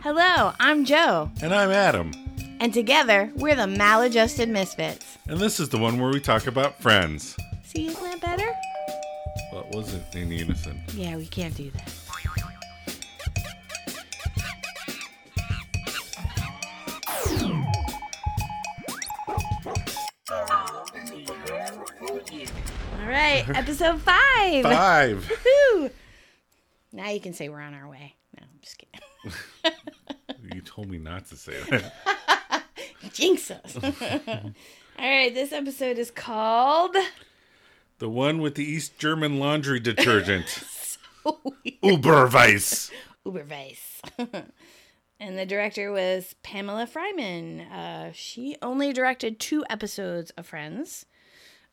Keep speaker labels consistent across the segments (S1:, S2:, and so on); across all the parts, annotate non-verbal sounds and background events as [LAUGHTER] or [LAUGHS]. S1: Hello, I'm Joe,
S2: And I'm Adam.
S1: and together we're the Maladjusted Misfits.
S2: And this is the one where we talk about friends.
S1: See, isn't that better?
S2: What was it in
S1: [LAUGHS]
S2: unison?
S1: Yeah, we can't do that. All right, episode five.
S2: Five.
S1: Woo! Now you can say we're on our way. No, I'm just kidding. [LAUGHS]
S2: you told me not to say that.
S1: Jinx us. [LAUGHS] All right, this episode is called.
S2: The one with the East German
S1: [LAUGHS]
S2: laundry detergent. Uberweiss.
S1: Uberweiss. [LAUGHS] and the director was Pamela Fryman. Uh, she only directed two episodes of Friends.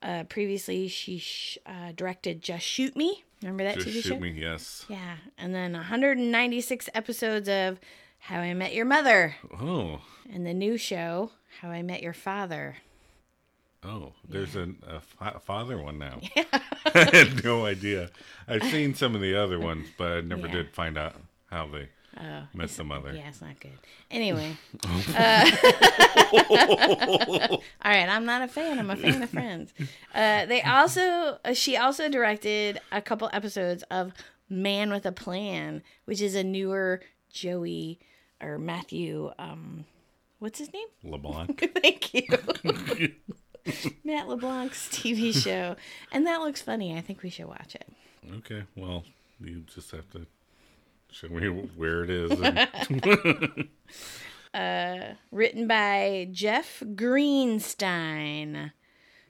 S1: Uh, previously, she sh- uh, directed Just Shoot Me. Remember that
S2: Just
S1: TV show?
S2: shoot me, yes.
S1: Yeah. And then 196 episodes of How I Met Your Mother
S2: Oh,
S1: and the new show, How I Met Your Father.
S2: oh, there's an, a fa- father one
S1: [LAUGHS]
S2: now. I had [LAUGHS] no idea. I've seen some of the other ones, but I never
S1: Yeah. Oh,
S2: did find out how they met the mother.
S1: Yeah, it's not good. Anyway. uh, [LAUGHS] all right, I'm not a fan. I'm a fan of Friends. Uh, they also, uh, she also directed a couple episodes of Man with a Plan, which is a newer Joey or Matthew. Um, what's his name? [LAUGHS]
S2: LeBlanc.
S1: Thank you. Matt LeBlanc's TV show, and that looks funny. I think we should watch it.
S2: okay, well, you just have to show me where it
S1: [LAUGHS]
S2: is. and-
S1: written by Jeff Greenstein.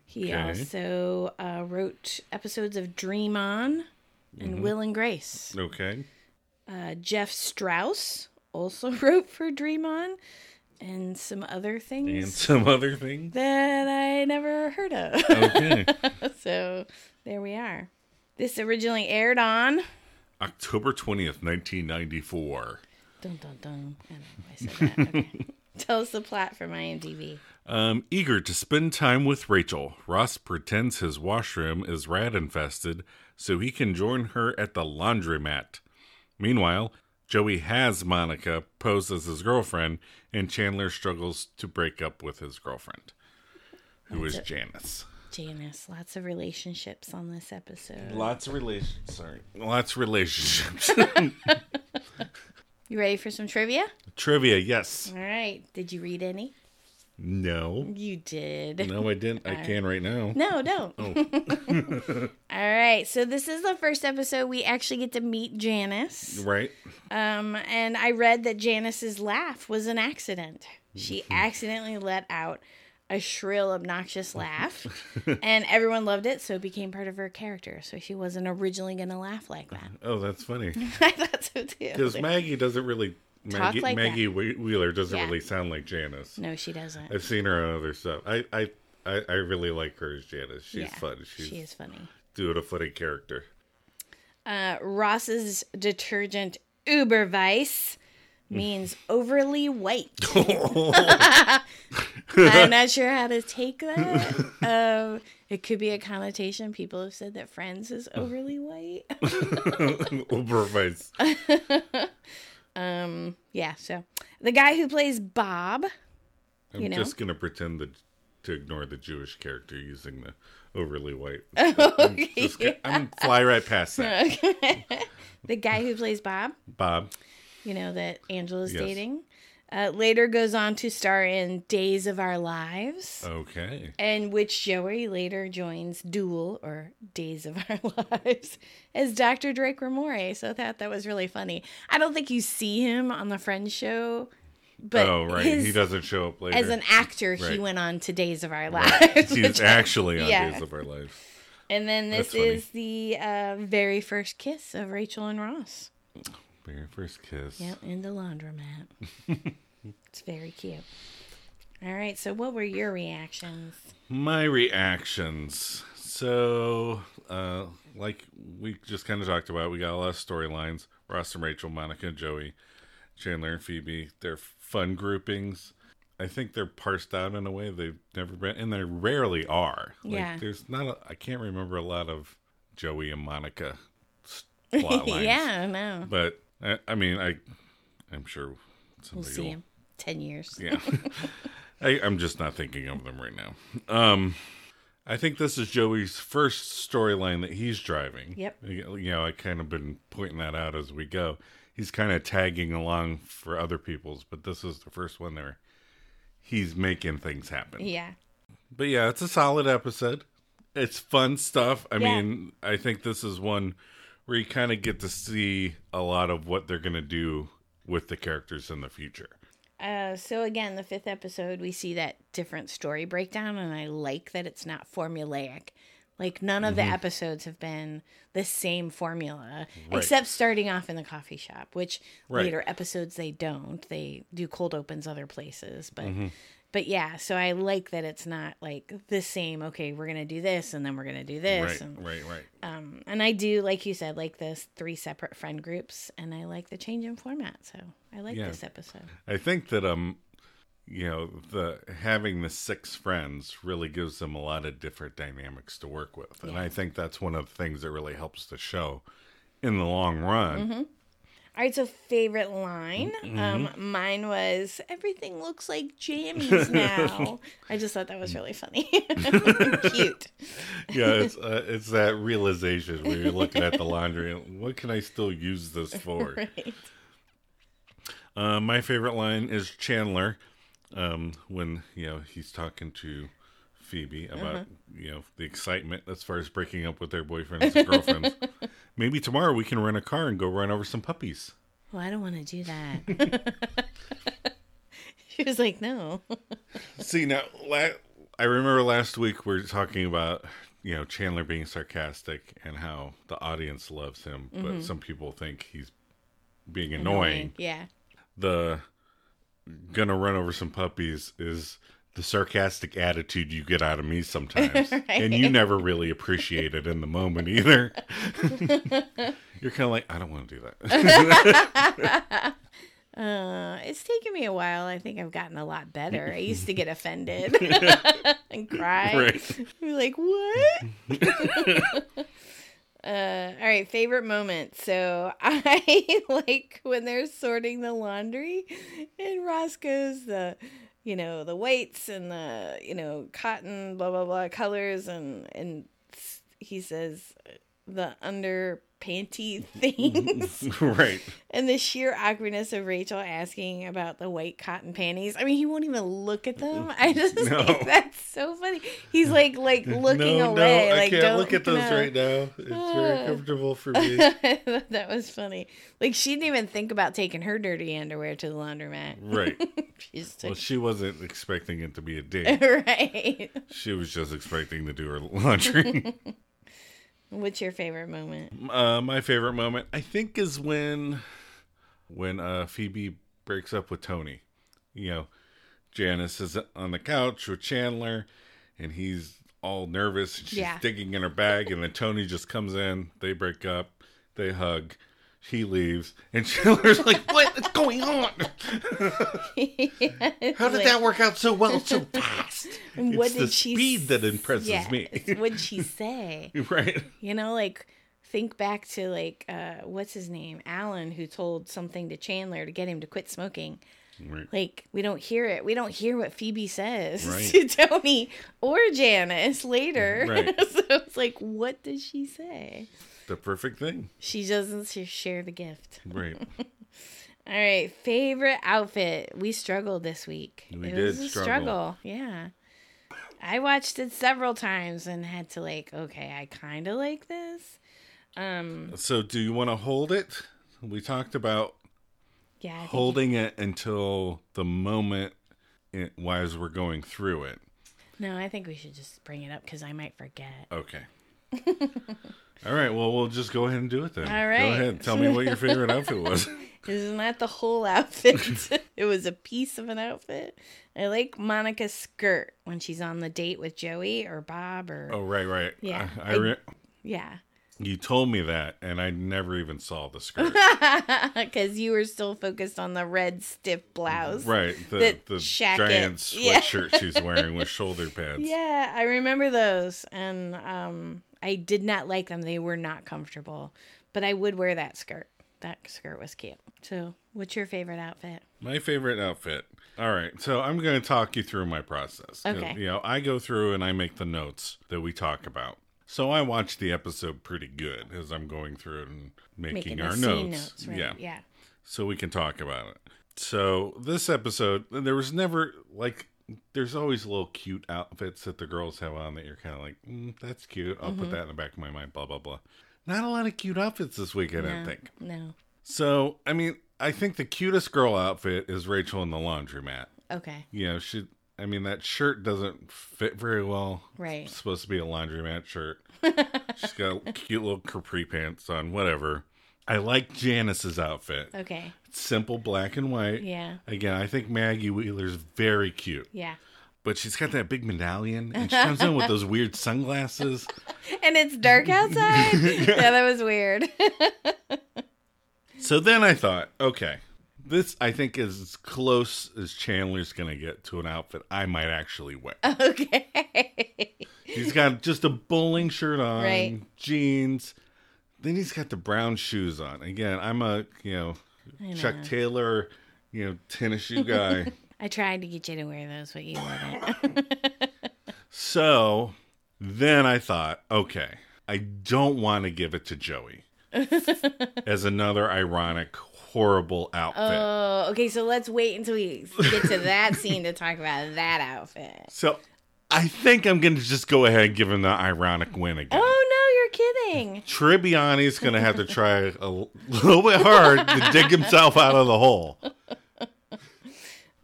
S1: He
S2: Okay.
S1: also uh, wrote episodes of Dream On and Will and Grace.
S2: okay.
S1: Uh, Jeff Strauss also [LAUGHS] wrote for Dream On and some other
S2: and
S1: things
S2: some other things.
S1: that I never heard of.
S2: [LAUGHS] Okay.
S1: [LAUGHS] so there we are. This originally aired on.
S2: October 20th, 1994.
S1: Dun, dun, dun. I don't know why I said that. Okay. Tell us the plot from IMDb.
S2: Um, eager to spend time with Rachel, Ross pretends his washroom is rat infested so he can join her at the laundromat. Meanwhile, Joey has Monica pose as his girlfriend, and Chandler struggles to break up with his girlfriend, who is Janice.
S1: Janice, lots of relationships on this episode.
S2: Lots of relationships. Sorry. Lots of relationships. [LAUGHS]
S1: You ready for some trivia?
S2: Trivia, yes.
S1: All right. Did you read any?
S2: No.
S1: You did.
S2: No, I didn't. I can right now.
S1: [LAUGHS] No, don't.
S2: Oh.
S1: [LAUGHS] All right. So this is the first episode we actually get to meet Janice.
S2: Right?
S1: Um, and I read that Janice's laugh was an accident.
S2: [LAUGHS]
S1: She accidentally let out a shrill, obnoxious
S2: Oh. [LAUGHS]
S1: laugh, and everyone loved it, so it became part of her character. So she wasn't originally going to laugh like
S2: [LAUGHS]
S1: that. [LAUGHS]
S2: Oh, that's funny.
S1: I thought so too.
S2: Because Maggie doesn't really Maggie,
S1: like that.
S2: Maggie Whe- Wheeler doesn't
S1: Yeah.
S2: really sound like Janice.
S1: no, she doesn't.
S2: I've seen her on other stuff. I I I, I really like her as Janice. She's
S1: Yeah,
S2: fun. She's
S1: she is funny.
S2: doing a
S1: [LAUGHS]
S2: funny character. [LAUGHS]
S1: uh, Ross's detergent Uberweiss
S2: [LAUGHS]
S1: means overly white. [LAUGHS] I'm not sure how to take that. Um, it could be a connotation. People have said that Friends is overly white. [LAUGHS]
S2: Overvice.
S1: yeah, so the guy who plays Bob,
S2: I'm
S1: You know?
S2: just gonna pretend that to ignore the Jewish character using the
S1: [LAUGHS]
S2: overly white. I'm, just gonna, I'm fly right past that.
S1: [LAUGHS] the guy who plays Bob,
S2: Bob.
S1: you know, that Angela's
S2: Yes.
S1: dating, uh, later goes on to star in Days of Our Lives.
S2: Okay.
S1: and which Joey later joins Duel or Days of [LAUGHS] Our Lives as Dr. Drake Ramore. So I thought that was really funny. I don't think you see him on the Friends show, but
S2: oh right.
S1: his-
S2: he doesn't show up later.
S1: as an [LAUGHS] actor, he
S2: Right.
S1: went on to Days of Our Lives.
S2: He's actually on
S1: Yeah.
S2: Days of Our Lives.
S1: [LAUGHS] and then this
S2: That's funny.
S1: is the uh, very first kiss of Rachel and Ross.
S2: Very first kiss.
S1: Out in the
S2: [LAUGHS]
S1: laundromat. it's very cute. All right, so what were your reactions?
S2: My reactions. So, uh, like we just kind of talked about, we got a lot of storylines Ross and Rachel, Monica and Joey, Chandler and Phoebe. They're fun groupings. I think they're parsed out in a way they've never been, and they rarely are. Like,
S1: Yeah.
S2: There's not, a, I can't remember a lot of Joey
S1: [LAUGHS]
S2: and Monica s- plot lines.
S1: Yeah, no.
S2: But, I, I mean, I, I'm sure
S1: We'll
S2: Somebody
S1: see
S2: will-
S1: him. 10 years.
S2: Yeah. I, I'm just not thinking of them right now. Um, I think this is Joey's first storyline that he's driving.
S1: Yep.
S2: You you know, I kind of been pointing that out as we go. He's kind of tagging along for other people's, but this is the first one there. He's making things happen.
S1: Yeah.
S2: But yeah, it's a solid episode. It's fun stuff. I
S1: Yeah.
S2: mean, I think this is one where you kind of get to see a lot of what they're going to do with the characters in the future.
S1: Uh, so again, the fifth episode, we see that different story breakdown, and I like that it's not formulaic. Like none of
S2: Mm-hmm.
S1: the episodes have been the same formula,
S2: Right.
S1: except starting off in the coffee shop, which
S2: Right.
S1: later episodes they don't. They do cold opens other places, but
S2: Mm-hmm.
S1: but yeah. So I like that it's not like the same. Okay, we're gonna do this, and then we're gonna do this,
S2: Right,
S1: and
S2: right, right.
S1: um, and I do like you said, like this three separate friend groups, and I like the change in format. So I like
S2: Yeah.
S1: this episode.
S2: I think that um, you know, the having the six friends really gives them a lot of different dynamics to work with, and I think that's one of the things that really helps the show in the long run.
S1: All right, so favorite line. Um, mine was everything looks like [LAUGHS] jammies now. I just thought that was really funny, [LAUGHS] cute.
S2: [LAUGHS] Yeah, it's uh, it's that realization where you're looking at the laundry. and What can I still use this for?
S1: Right.
S2: Uh, my favorite line is Chandler um, when you know he's talking to Phoebe about you know the excitement as far as breaking up with their boyfriends and girlfriends. Maybe tomorrow we can rent a car and go run over some puppies.
S1: Well, I don't want to do that. [LAUGHS] she was like, "No,
S2: See now, la- I remember last week we were talking about you know Chandler being sarcastic and how the audience loves him, but some people think he's being annoying.
S1: [LAUGHS] Yeah,
S2: the gonna run over some puppies is the sarcastic attitude you get out of
S1: [LAUGHS]
S2: me sometimes and you never really appreciate it in the moment either [LAUGHS] you're kind of like i don't want to do that
S1: [LAUGHS]
S2: [LAUGHS]
S1: uh, it's taken me a while. I think I've gotten a lot better. I used to get offended and cry.
S2: Right.
S1: Be like, what? [LAUGHS] uh, all right, favorite moment. So I [LAUGHS] like when they're sorting the laundry and Ross goes the you know, the whites and the, you know, cotton, blah blah blah colors and and s- he says the under panty [LAUGHS] things
S2: right
S1: and the sheer awkwardness of Rachel asking about the white cotton panties. I mean, he won't even look at
S2: [LAUGHS]
S1: them. I just
S2: No.
S1: think that's so funny. He's like like looking
S2: no
S1: away.
S2: no i
S1: like,
S2: can't
S1: don't
S2: look at
S1: [LAUGHS]
S2: those right now it's very
S1: Ah.
S2: comfortable for me
S1: now. that was funny. Like she didn't even think about taking her dirty underwear to the laundromat.
S2: right
S1: She just
S2: well
S1: took
S2: she wasn't expecting it to be a date
S1: [LAUGHS] right.
S2: she was just expecting to do her laundry
S1: What's your favorite moment? [LAUGHS]
S2: uh, my favorite moment I think is when when uh, Phoebe breaks up with Tony. You know, Janice is on the couch with Chandler, and he's all nervous. And she's
S1: Yeah.
S2: digging in her bag, and then Tony just comes in. They break up. They hug. He leaves, and [LAUGHS] Chandler's like, "What is going on? How did that work out so well so fast?
S1: [LAUGHS] And what
S2: it's the
S1: did she
S2: speed that impresses
S1: yeah,
S2: me,
S1: What'd she say?
S2: [LAUGHS] right?"
S1: You know, like think back to like uh what's his name? Alan who told something to Chandler to get him to quit smoking.
S2: Right.
S1: Like we don't hear it. We don't hear what Phoebe says [LAUGHS]
S2: Right.
S1: to Tony or Janice later.
S2: Right.
S1: [LAUGHS] so it's like what does she say?
S2: The perfect thing,
S1: She doesn't sh- share the gift.
S2: right?
S1: All right, favorite outfit. We struggled this week.
S2: We
S1: it
S2: did
S1: was a
S2: struggle.
S1: struggle. Yeah. I watched it several times and had to like, okay, I kind of like this. Um,
S2: So, do you want to hold it? We talked about
S1: yeah, I think
S2: holding it until the moment it, as we're going through it.
S1: No, I think we should just bring it up because I might forget. [LAUGHS]
S2: Okay. All right. Well, we'll just go ahead and do it then.
S1: All right.
S2: Go ahead. Tell me what your favorite outfit
S1: [LAUGHS]
S2: was.
S1: Isn't that the whole outfit?
S2: [LAUGHS]
S1: [LAUGHS] it was a piece of an outfit. I like Monica's skirt when she's on the date with Joey or Bob or
S2: Oh, right, right.
S1: Yeah.
S2: I, I re-
S1: yeah, [LAUGHS]
S2: you told me that, and I never even saw the skirt.
S1: [LAUGHS] because you were still focused on the red stiff blouse.
S2: right. The
S1: The
S2: the
S1: jacket.
S2: giant
S1: Yeah.
S2: sweatshirt she's wearing
S1: [LAUGHS]
S2: with shoulder pads.
S1: Yeah, I remember those, and um, I did not like them. They were not comfortable, but I would wear that skirt. that skirt was cute. So, what's your favorite outfit?
S2: My favorite outfit. All right, so I'm going to talk you through my process. 'Cause,
S1: Okay.
S2: You know, I go through and I make the notes that we talk about. So I watch the episode pretty good as I'm going through and making, our
S1: the scene
S2: notes.
S1: right?
S2: Yeah.
S1: yeah.
S2: so we can talk about it. So this episode, there was never like, there's always little cute outfits that the girls have on that you're kind of like, mm, that's cute. I'll
S1: Mm-hmm.
S2: put that in the back of my mind. Blah blah blah. Not a lot of cute outfits this week, I don't
S1: No,
S2: think.
S1: No.
S2: So I mean, I think the cutest girl outfit is Rachel in the laundromat.
S1: Okay.
S2: You know, she. I mean, that shirt doesn't fit very well.
S1: Right.
S2: It's supposed to be a
S1: [LAUGHS]
S2: laundromat shirt. She's got cute little capri pants on. Whatever. I like Janice's outfit
S1: Okay.
S2: simple black and white.
S1: Yeah.
S2: Again, I think Maggie Wheeler's very cute,
S1: Yeah.
S2: but she's got that big medallion and she
S1: [LAUGHS]
S2: comes in with those weird sunglasses.
S1: And it's dark outside. yeah, that was weird. [LAUGHS]
S2: So then I thought, okay, this I think is as close as Chandler's going to get to an outfit I might actually [LAUGHS] wear.
S1: okay.
S2: He's got just a bowling shirt on,
S1: Right.
S2: jeans. Then he's got the brown shoes on. Again, I'm a, you know, Chuck Taylor, you know, tennis shoe [LAUGHS] guy.
S1: I tried to get you to wear those, but you wouldn't.
S2: So then I thought, okay, I don't want to give it to Joey [LAUGHS] as another ironic, horrible outfit.
S1: oh, okay. So let's wait until we get to that scene to talk about that outfit.
S2: so I think I'm going to just go ahead and give him the ironic win
S1: [LAUGHS]
S2: again.
S1: Oh no, you're kidding.
S2: Tribbiani's going to have to try a l- little bit hard to dig himself out of the hole.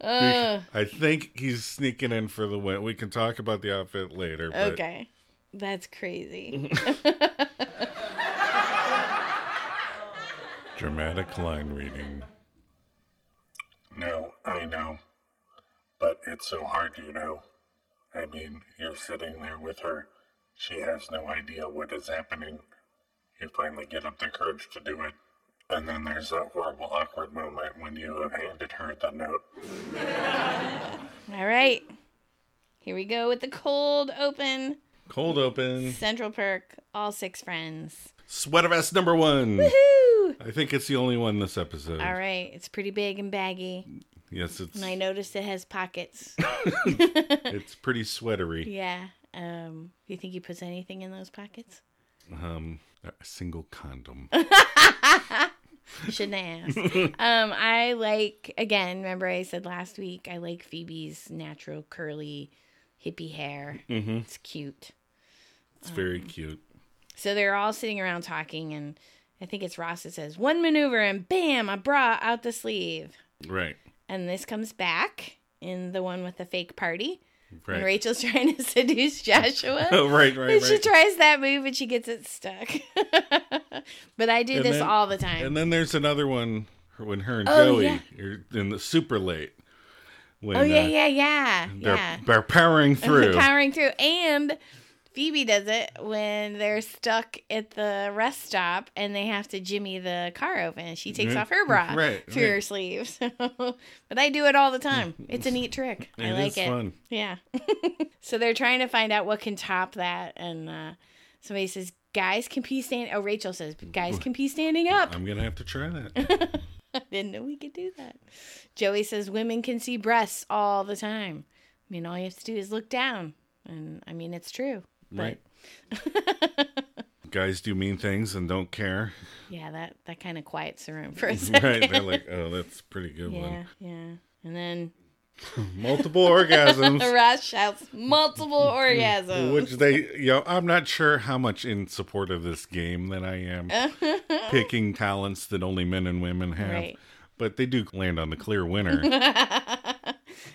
S1: Ugh.
S2: I think he's sneaking in for the win. We can talk about the outfit later. But
S1: Okay. That's crazy.
S2: Dramatic line reading.
S3: No, I know. But it's so hard, you know. I mean, you're sitting there with her. She has no idea what is happening. You finally get up the courage to do it. And then there's that horrible, awkward moment when you have handed her the note.
S1: All right. Here we go with the cold open
S2: Cold open.
S1: Central Perk, all six friends.
S2: Sweater vest number one.
S1: Woo!
S2: I think it's the only one this episode.
S1: All right, it's pretty big and baggy.
S2: Yes, it's
S1: And I noticed it has pockets.
S2: it's pretty sweatery.
S1: yeah. Um, do you think he puts anything in those pockets?
S2: Um, a single
S1: [LAUGHS]
S2: condom. [LAUGHS]
S1: Shouldn't ask. um, I like again. Remember, I said last week I like Phoebe's natural curly hippie hair. Mm-hmm. It's cute.
S2: It's very cute.
S1: So they're all sitting around talking, and I think it's Ross that says one maneuver, and bam, a bra out the sleeve.
S2: Right.
S1: And this comes back in the one with the fake party. And
S2: Right.
S1: Rachel's [LAUGHS] trying to seduce
S2: [LAUGHS]
S1: Joshua.
S2: Oh, right,
S1: And
S2: right,
S1: she
S2: right.
S1: tries that move and she gets it stuck. [LAUGHS] but I do
S2: And
S1: this
S2: then-
S1: all the time.
S2: And then there's another one when her and
S1: Oh,
S2: Joey
S1: yeah.
S2: are in the super late. When,
S1: oh, yeah,
S2: uh,
S1: yeah, yeah.
S2: They're,
S1: Yeah. [LAUGHS]
S2: they're powering through.
S1: Powering through. And Phoebe does it when they're stuck at the rest stop and they have to jimmy the car open. She takes
S2: Mhm.
S1: off her bra
S2: Right,
S1: through her
S2: right.
S1: sleeve. So, [LAUGHS] but I do it all the time. It's a neat trick. I
S2: It
S1: like
S2: is
S1: it.
S2: fun.
S1: Yeah. [LAUGHS] so they're trying to find out what can top that. And uh, somebody says, guys can pee stand. Oh, Rachel says, guys can pee standing up.
S2: I'm gonna have to try
S1: [LAUGHS]
S2: that.
S1: Didn't know we could do that. Joey says women can see breasts all the time. I mean, all you have to do is look down. And I mean, it's true. But, [LAUGHS]
S2: right. Guys do mean things and don't care. [LAUGHS]
S1: Yeah, that, that kind of quiets the room for a second.
S2: Right. They're like, oh, that's a pretty good
S1: Yeah,
S2: one.
S1: yeah. And then [LAUGHS]
S2: Multiple orgasms.
S1: Ross shouts
S2: [LAUGHS]
S1: multiple orgasms.
S2: Which they, you know, I'm not sure how much in support of this game that I am
S1: [LAUGHS]
S2: picking talents that only men and women have,
S1: Right.
S2: but they do land on the clear winner.
S1: [LAUGHS]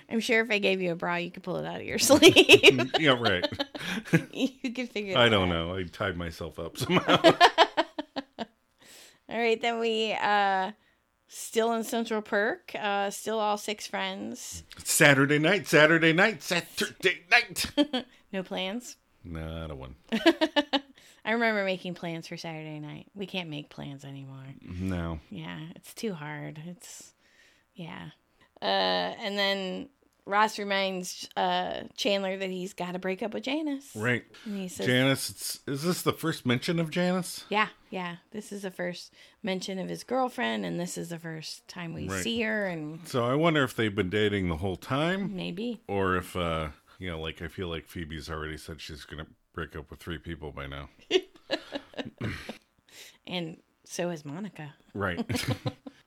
S1: I'm sure if I gave you a bra, you could pull it out of your [LAUGHS] sleeve.
S2: [LAUGHS] yeah, right.
S1: you could figure it
S2: I
S1: out.
S2: don't know. I tied myself up somehow. [LAUGHS]
S1: All right, then we uh still in Central Perk, uh still all six friends.
S2: Saturday night, Saturday night, Saturday night. [LAUGHS]
S1: No plans.
S2: Not a one.
S1: I remember making plans for Saturday night. We can't make plans anymore.
S2: No.
S1: Yeah, it's too hard. It's yeah. Uh and then Ross reminds uh, Chandler that he's got to break up with Janice.
S2: Right.
S1: And he says,
S2: Janice, it's, is this the first mention of Janice?
S1: Yeah, yeah. This is the first mention of his girlfriend, and this is the first time we
S2: Right.
S1: see her, and
S2: So I wonder if they've been dating the whole time
S1: maybe.
S2: or if, uh, you know, like I feel like Phoebe's already said she's going to break up with three people by now.
S1: And so is Monica.
S2: Right.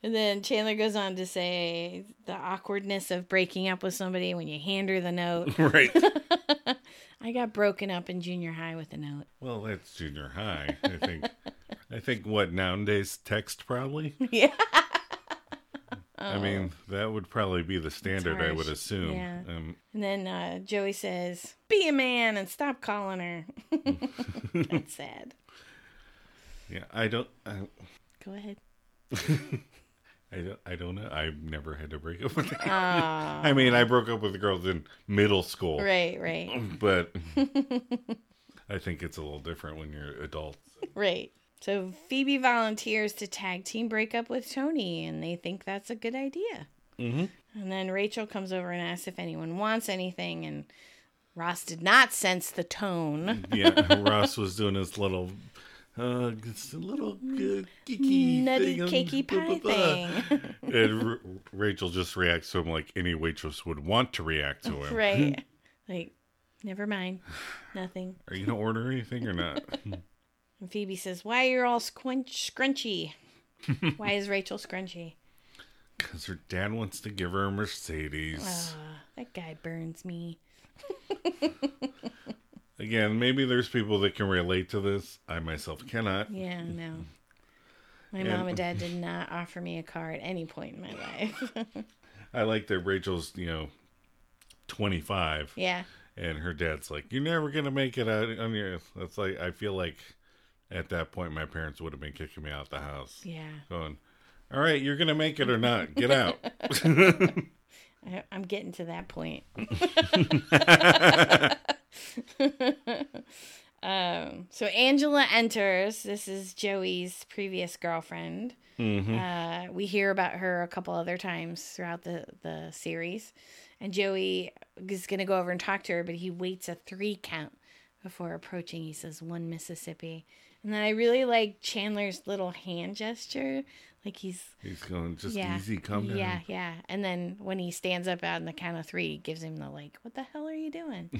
S1: And then Chandler goes on to say the awkwardness of breaking up with somebody when you hand her the
S2: [LAUGHS]
S1: note.
S2: [LAUGHS] right.
S1: I got broken up in junior high with a note.
S2: Well, that's junior high. I think, I think what nowadays text probably.
S1: Yeah.
S2: I mean, that would probably be the standard, I
S1: Oh. harsh.
S2: would assume.
S1: Yeah.
S2: Um,
S1: And then uh, Joey says, "Be a man and stop calling her." [LAUGHS] That's sad.
S2: yeah. I don't, I,
S1: Go ahead.
S2: I don't, I don't know. I've never had to break up with. [LAUGHS] I mean, I broke up with girls in middle school,
S1: Right, [LAUGHS] right,
S2: but I think it's a little different when you're adults.
S1: right. So Phoebe volunteers to tag team break up with Tony, and they think that's a good idea. Mm-hmm. And then Rachel comes over and asks if anyone wants anything, and Ross did not sense the tone.
S2: Yeah, [LAUGHS] Ross was doing his little, uh, this little uh, geeky
S1: Nutty
S2: thing, um,
S1: cakey
S2: blah, blah,
S1: pie [LAUGHS]
S2: blah.
S1: thing.
S2: [LAUGHS] And R- Rachel just reacts to him like any waitress would want to react to him.
S1: right. Like, never [SIGHS] mind. Nothing.
S2: Are you gonna order anything or not? [LAUGHS]
S1: And Phoebe says, Why are you all squinch scrunchy? Why is Rachel scrunchy?
S2: Because her dad wants to give her a Mercedes.
S1: Ah, [SIGHS] that guy burns me.
S2: Again, maybe there's people that can relate to this. I myself cannot.
S1: Yeah, no. My
S2: Yeah.
S1: mom and dad did not offer me a car at any point in my life. [LAUGHS]
S2: I like that Rachel's, you know, 25,
S1: yeah.
S2: and her dad's like, "You're never gonna make it out on your." That's like I feel like at that point my parents would have been kicking me out the house,
S1: Yeah.
S2: going, "All right, you're gonna make it or not. Get out."
S1: [LAUGHS] I, I'm getting to that point. [LAUGHS] um, so Angela enters. This is Joey's previous girlfriend.
S2: Mm-hmm.
S1: Uh, we hear about her a couple other times throughout the, the series. And Joey is going to go over and talk to her, but he waits a three count before approaching. He says, one Mississippi. And then I really like Chandler's little hand gesture. Like he's
S2: He's going, "Just easy, calm down."
S1: yeah, yeah. And then when he stands up on the count of three, he gives him the like, "What the hell are you doing?"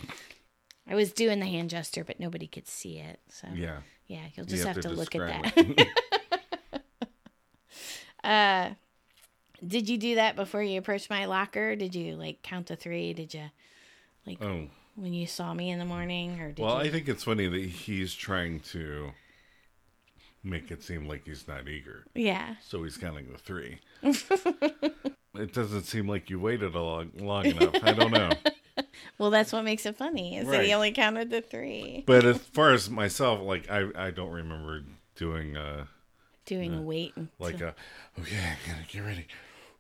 S2: [LAUGHS]
S1: I was doing the hand gesture, but nobody could see it. So
S2: Yeah.
S1: yeah, you'll
S2: You
S1: just have, to, look at [LAUGHS] that.
S2: describe it. [LAUGHS]
S1: Uh, did you do that before you approached my locker? Did you like count to three? Did you [LAUGHS]
S2: oh.
S1: when you saw me in the morning, or did
S2: Well,
S1: you?
S2: I think it's funny that he's trying to make it seem like he's not eager.
S1: yeah,
S2: So he's counting the three. it doesn't seem like you waited a long, long enough. I don't know.
S1: well, that's what makes it funny is that
S2: Right.
S1: he only counted the three.
S2: But as far as myself, like I, I don't remember doing uh
S1: Doing a wait, and
S2: like a okay, I gotta get ready.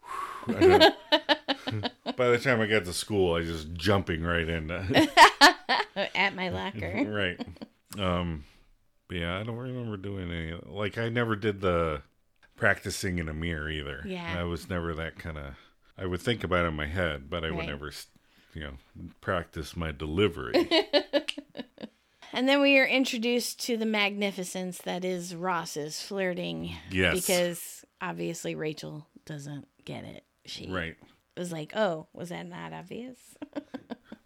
S2: [SIGHS] I don't- [LAUGHS] By the time I got to school, I was just jumping right in.
S1: Oh, at
S2: [LAUGHS]
S1: my locker.
S2: right. Um. But yeah, I don't remember doing any. Like I never did the practicing in a mirror either.
S1: Yeah.
S2: I was never that kind of. I would think about it in my head, but I would
S1: Right.
S2: never, s- you know, practice my delivery.
S1: And then we are introduced to the magnificence that is Ross's flirting. [LAUGHS]
S2: Yes.
S1: Because obviously Rachel doesn't get it. She
S2: right.
S1: was like, oh, was that not obvious?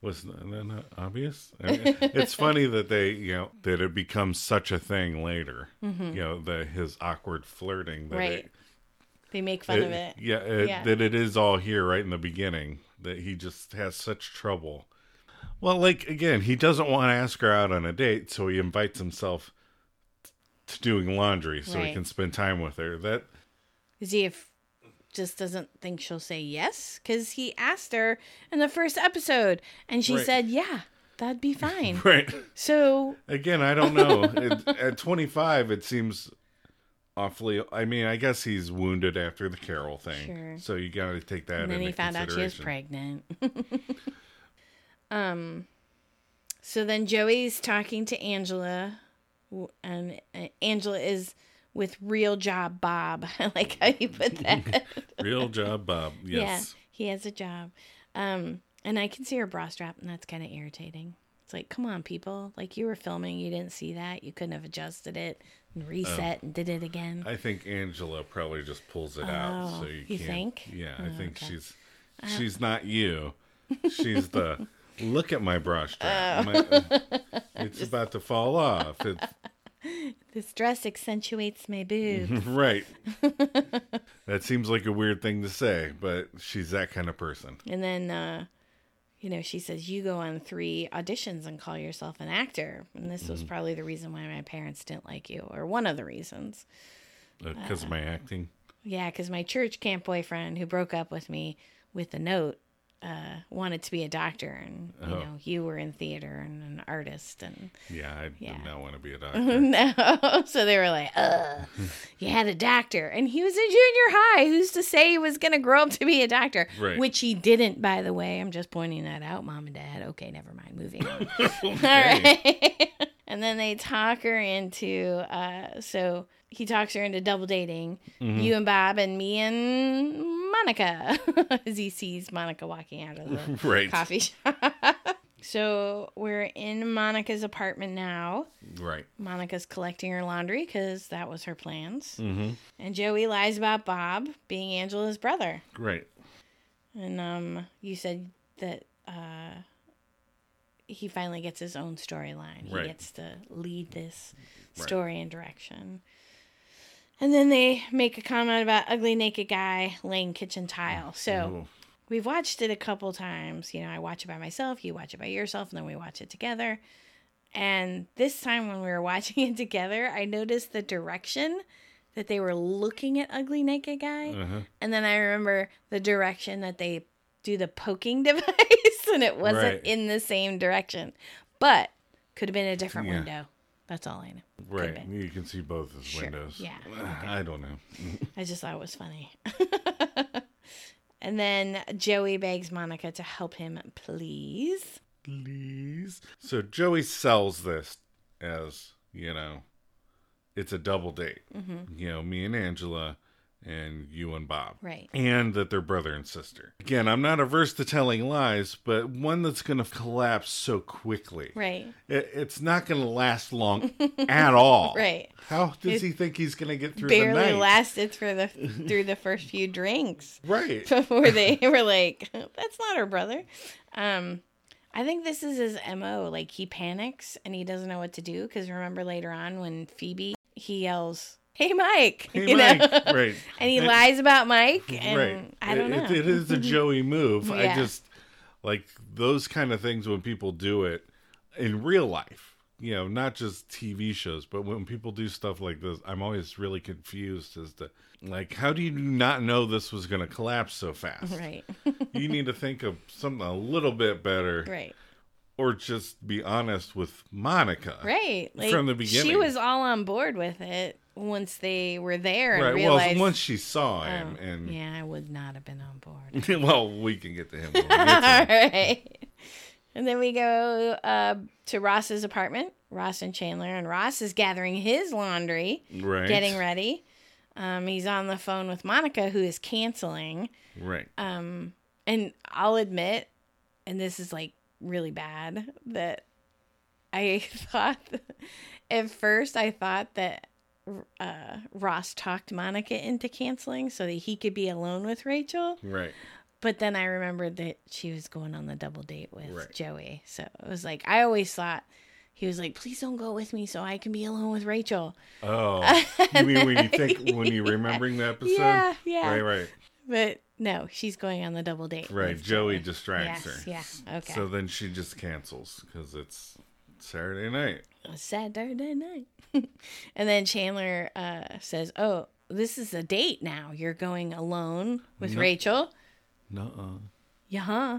S2: Was that not obvious? I mean, it's funny that they, you know, that it becomes such a thing later. You know, the his awkward flirting. That
S1: Mm-hmm. Right.
S2: It,
S1: They make fun of it.
S2: Yeah, it,
S1: Yeah.
S2: that it is all here right in the beginning. That he just has such trouble. Well, like again, he doesn't want to ask her out on a date, so he invites himself to doing laundry so he
S1: Right.
S2: can spend time with her. That
S1: Is he if just doesn't think she'll say yes? Because he asked her in the first episode and she
S2: Right.
S1: said, yeah, that'd be fine.
S2: [LAUGHS] right
S1: so,
S2: again, I don't
S1: [LAUGHS]
S2: know. it, at twenty five, it seems awfully. I mean, I guess he's wounded after the Carol thing,
S1: Sure.
S2: so you got to take that.
S1: and then
S2: into
S1: he found out she was
S2: consideration.
S1: pregnant. [LAUGHS] um, so then Joey's talking to Angela, w- and uh, Angela is with real job Bob. [LAUGHS] I like how you put that. [LAUGHS]
S2: Real job, Bob. Yes.
S1: Yeah, he has a job. Um, And I can see her bra strap, and that's kind of irritating. It's like, come on, people. Like, you were filming, you didn't see that. You couldn't have adjusted it and reset and did it again.
S2: Oh. I think Angela probably just pulls it out. So
S1: Oh,
S2: you,
S1: you
S2: can't,
S1: think? Oh,
S2: Yeah, I think she's she's not you.
S1: [LAUGHS]
S2: She's the look at my bra
S1: Oh.
S2: strap.
S1: [LAUGHS]
S2: My- uh, it's about to fall off. It's
S1: this dress accentuates my
S2: Mm-hmm.
S1: boobs.
S2: [LAUGHS] right. that seems like a weird thing to say, but she's that kind of person.
S1: and then, uh, you know, she says, you go on three auditions and call yourself an actor. And this
S2: Mm-hmm.
S1: was probably the reason why my parents didn't like you, or one of the reasons.
S2: Because Uh, of my
S1: Uh.
S2: acting.
S1: Yeah, because my church camp boyfriend who broke up with me with a note uh, wanted to be a doctor, and you know you were in theater and an artist, and [LAUGHS]
S2: Yeah, I
S1: Yeah.
S2: did not want
S1: [LAUGHS]
S2: to be a doctor.
S1: no, so they were like, "Ugh, you had a doctor," and he was in junior high. Who's to say he was going to grow up to be a doctor?
S2: Right.
S1: Which he didn't, by the way. I'm just pointing that out, mom and dad. Okay, never mind. Moving on.
S2: [LAUGHS] Okay.
S1: All right. [LAUGHS] and then they talk her into uh so he talks her into double dating you and Bob and me and Monica [LAUGHS] as he sees Monica walking out of the
S2: Right.
S1: coffee shop. [LAUGHS] so we're in Monica's apartment now.
S2: Right.
S1: Monica's collecting her laundry because that was her plans.
S2: hmm
S1: And Joey lies about Bob being Angela's brother.
S2: Right.
S1: And um, you said that uh, he finally gets his own storyline. He
S2: Right.
S1: gets to lead this
S2: Right.
S1: story and direction. And then they make a comment about ugly naked guy laying kitchen tile. So
S2: Ooh.
S1: we've watched it a couple times. You know, I watch it by myself, you watch it by yourself, and then we watch it together. And this time when we were [LAUGHS] watching it together, I noticed the direction that they were looking at ugly naked guy.
S2: Uh-huh.
S1: And then I remember the direction that they do the poking [LAUGHS] device, and it wasn't
S2: Right.
S1: in the same direction, but could have been a different
S2: Yeah.
S1: window. That's all I know.
S2: Right.
S1: been.
S2: You can see both his
S1: Sure.
S2: windows.
S1: Yeah.
S2: [SIGHS] I don't know.
S1: I just thought it was funny. [LAUGHS] and then Joey begs Monica to help him, please.
S2: please. So Joey sells this as, you know, it's a double date.
S1: Mm-hmm.
S2: You know, me and Angela and you and Bob.
S1: Right.
S2: And that they're brother and sister. Again, I'm not averse to telling lies, but one that's going to collapse so quickly.
S1: Right.
S2: It, it's not going to
S1: [LAUGHS]
S2: last long at all.
S1: Right.
S2: How does he think he's going to get through the
S1: Barely
S2: night?
S1: lasted through
S2: [LAUGHS]
S1: the through the first few drinks.
S2: right.
S1: [LAUGHS] before they were like, "That's not her brother." Um, I think this is his mo. Like he panics and he doesn't know what to do because remember later on when Phoebe he yells, "Hey, Mike!"
S2: Hey,
S1: you know? [LAUGHS]
S2: Mike. Right.
S1: and he
S2: And-
S1: lies about Mike, and I don't
S2: It-
S1: know. [LAUGHS]
S2: it is a Joey move. I
S1: Yeah.
S2: just like those kind of things when people do it in real life. You know, not just TV shows, but when people do stuff like this, I'm always really confused as to like how do you not know this was going to collapse so fast?
S1: right,
S2: [LAUGHS] you need to think of something a little bit better,
S1: right,
S2: or just be honest with Monica.
S1: right. Like
S2: From the beginning.
S1: she was all on board with it once they were there and
S2: Right.
S1: realized.
S2: Well, once she saw him,
S1: Oh,
S2: and
S1: yeah, I would not have been on board.
S2: [LAUGHS] well, we can get to him. When we
S1: All
S2: get
S1: [LAUGHS]
S2: to him.
S1: right. And then we go uh, to Ross's apartment, Ross and Chandler, and Ross is gathering his laundry, [LAUGHS]
S2: Right.
S1: getting ready. Um, he's on the phone with Monica, who is canceling.
S2: Right.
S1: Um, and I'll admit, and this is like really bad, that I [LAUGHS] thought at first I thought that uh, Ross talked Monica into canceling so that he could be alone with Rachel.
S2: Right.
S1: But then I remembered that she was going on the double date with
S2: Right.
S1: Joey. So it was like, I always thought he was like, please don't go with me so I can be alone with Rachel.
S2: Oh, you mean when you think when you're remembering the
S1: [LAUGHS]
S2: episode?
S1: Yeah, yeah.
S2: Right, right,
S1: But no, she's going on the double date.
S2: right.
S1: with
S2: Joey distracts
S1: Yes,
S2: her.
S1: yeah, okay.
S2: So then she just cancels because it's Saturday night.
S1: Saturday night. [LAUGHS] and then Chandler uh, says, oh, this is a date now. You're going alone with Rachel.
S2: No,
S1: Yeah. huh.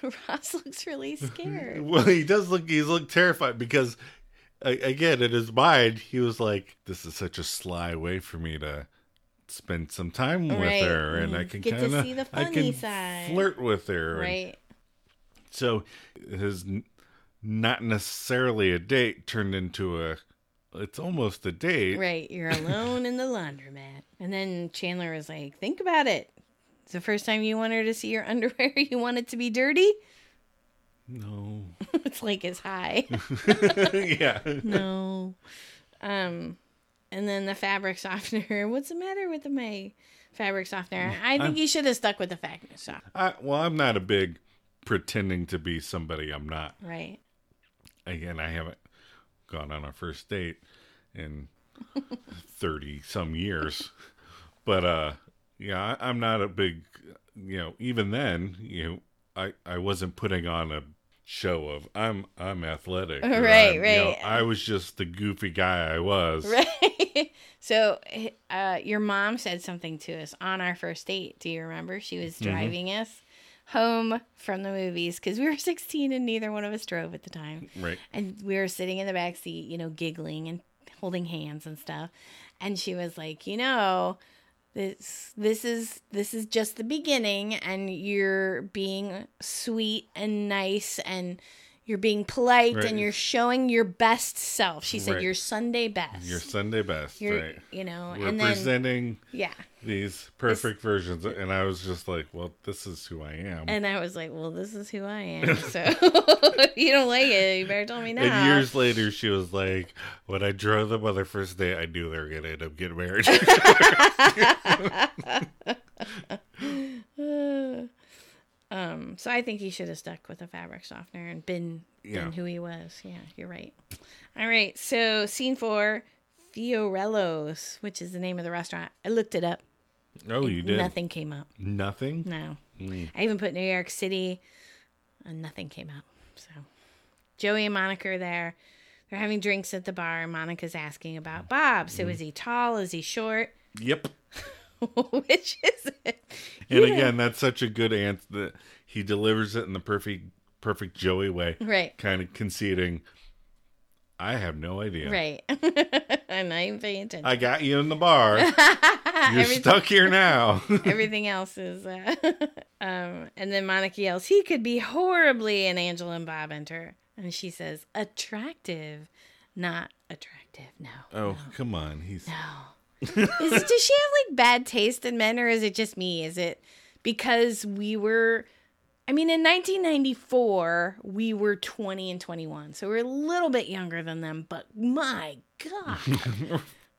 S1: [LAUGHS] Ross looks really scared.
S2: [LAUGHS] well, he does look. He's look terrified because, a- again, in his mind, he was like, "This is such a sly way for me to." Spend some time with
S1: Right.
S2: her, and I
S1: Mhm.
S2: can
S1: Get to
S2: kind of
S1: see the
S2: I
S1: funny
S2: can
S1: side.
S2: flirt with her, and
S1: Right.
S2: So his n- not necessarily a date turned into a it's almost a date.
S1: Right, you're alone in the laundromat. And then Chandler was like, "Think about it. The first time you want her to see your [LAUGHS] underwear, you want it to be dirty? [LAUGHS]
S2: No.
S1: it's like it's high.
S2: [LAUGHS] yeah.
S1: no. Um and then the fabric softener. [LAUGHS] What's the matter with my fabric softener? I think you should have stuck with the fabric softener.
S2: I, well, I'm not a big pretending to be somebody I'm not.
S1: Right.
S2: Again, I haven't gone on a first date
S1: [LAUGHS]
S2: in 30 some years. But uh yeah, I, I'm not a big you know, even then, you know, I I wasn't putting on a show of I'm I'm athletic. or
S1: [LAUGHS] Right,
S2: I'm," you
S1: right.
S2: know, I was just the goofy guy I was.
S1: [LAUGHS] Right. so uh your mom said something to us on our first date. Do you remember? She was
S2: Mm-hmm.
S1: driving us home from the movies cuz we were [LAUGHS] 16 and neither one of us drove at the time.
S2: Right.
S1: And we were sitting in the back seat, you know, giggling and holding hands and stuff. And she was like, "You know, this this is this is just the beginning and you're being sweet and nice and you're being polite
S2: Right.
S1: and you're showing your best self." She said,
S2: Right.
S1: "Your Sunday best."
S2: Your Sunday best,
S1: You're-
S2: right.
S1: you know,
S2: We're
S1: Oh, and then
S2: presenting
S1: yeah.
S2: these perfect versions and I was just like, Well, this is who I am.
S1: And I was like, "Well, this is who I
S2: [LAUGHS]
S1: am." So [LAUGHS] you don't like it, you better tell me now.
S2: And years later, she was like, "When I drove them on their first date, I knew they were gonna end up getting
S1: [LAUGHS]
S2: married."
S1: [SIGHS] um, so I think he should have stuck with the fabric softener and been
S2: Yeah.
S1: been who he was. Yeah, you're right. All right, so scene four, Fiorello's, which is the name of the restaurant. I looked it up.
S2: oh, you did nothing.
S1: Nothing came up.
S2: Nothing?
S1: No,
S2: Mm.
S1: I even put New York City, and nothing came up. So Joey and Monica are there. They're having drinks at the bar. and Monica's asking about Bob.
S2: Mm-hmm.
S1: So is he tall? Is he short? [LAUGHS]
S2: Yep.
S1: Which is it?
S2: And again, that's such a good answer that he delivers it in the perfect, perfect Joey way,
S1: Right.
S2: kind of conceding. I have no idea.
S1: Right. [LAUGHS] I'm not even paying attention.
S2: I got you in
S1: [LAUGHS]
S2: the bar. You're
S1: Everything-
S2: stuck here now.
S1: [LAUGHS] Everything else is. Uh, [LAUGHS] um, and then Monica yells, he could be horribly. And Angela and Bob enter. And she says, attractive, not attractive. No.
S2: oh, come on. He's
S1: No. is it, does she have like bad taste in men or is it just me? Is it because we were. I mean, in 1994, we were 20 and 21. So we're a little bit younger than them, but my God.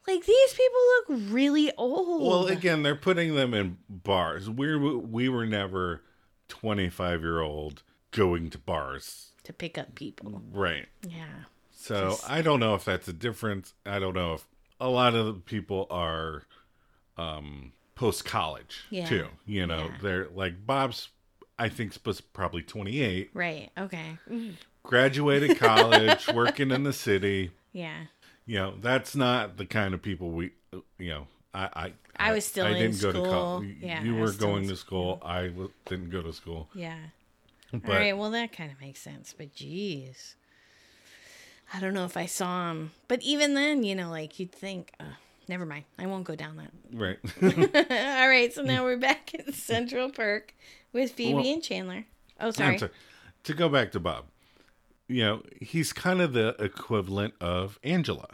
S1: like, these people look really old.
S2: well. Again, they're putting them in bars. We we were never twenty five year old going to bars,
S1: to pick up people.
S2: right?
S1: Yeah.
S2: So I don't know if that's a difference. I don't know if a lot of the people are um post college
S1: Yeah.
S2: too. You know, they're like Bob's I think was probably 28,
S1: Right. Okay.
S2: graduated college,
S1: [LAUGHS]
S2: working in the city.
S1: Yeah.
S2: You know, that's not the kind of people we uh, you know, I I
S1: I was still in
S2: col-
S1: school. Yeah,
S2: you
S1: I
S2: were
S1: was still in
S2: going to school. I w- didn't go to school.
S1: Yeah.
S2: But
S1: All right. Well, that kind of makes sense. But geez, I don't know if I saw him. But even then, you know, like you'd think, uh, never mind. I won't go down that.
S2: right. [LAUGHS]
S1: [LAUGHS] All right. So now we're back at [LAUGHS] Central Perk with Phoebe
S2: Hmm. Well-
S1: and Chandler. Oh,
S2: I'm
S1: sorry.
S2: sorry. To go back to Bob, you know, he's kind of the equivalent of Angela.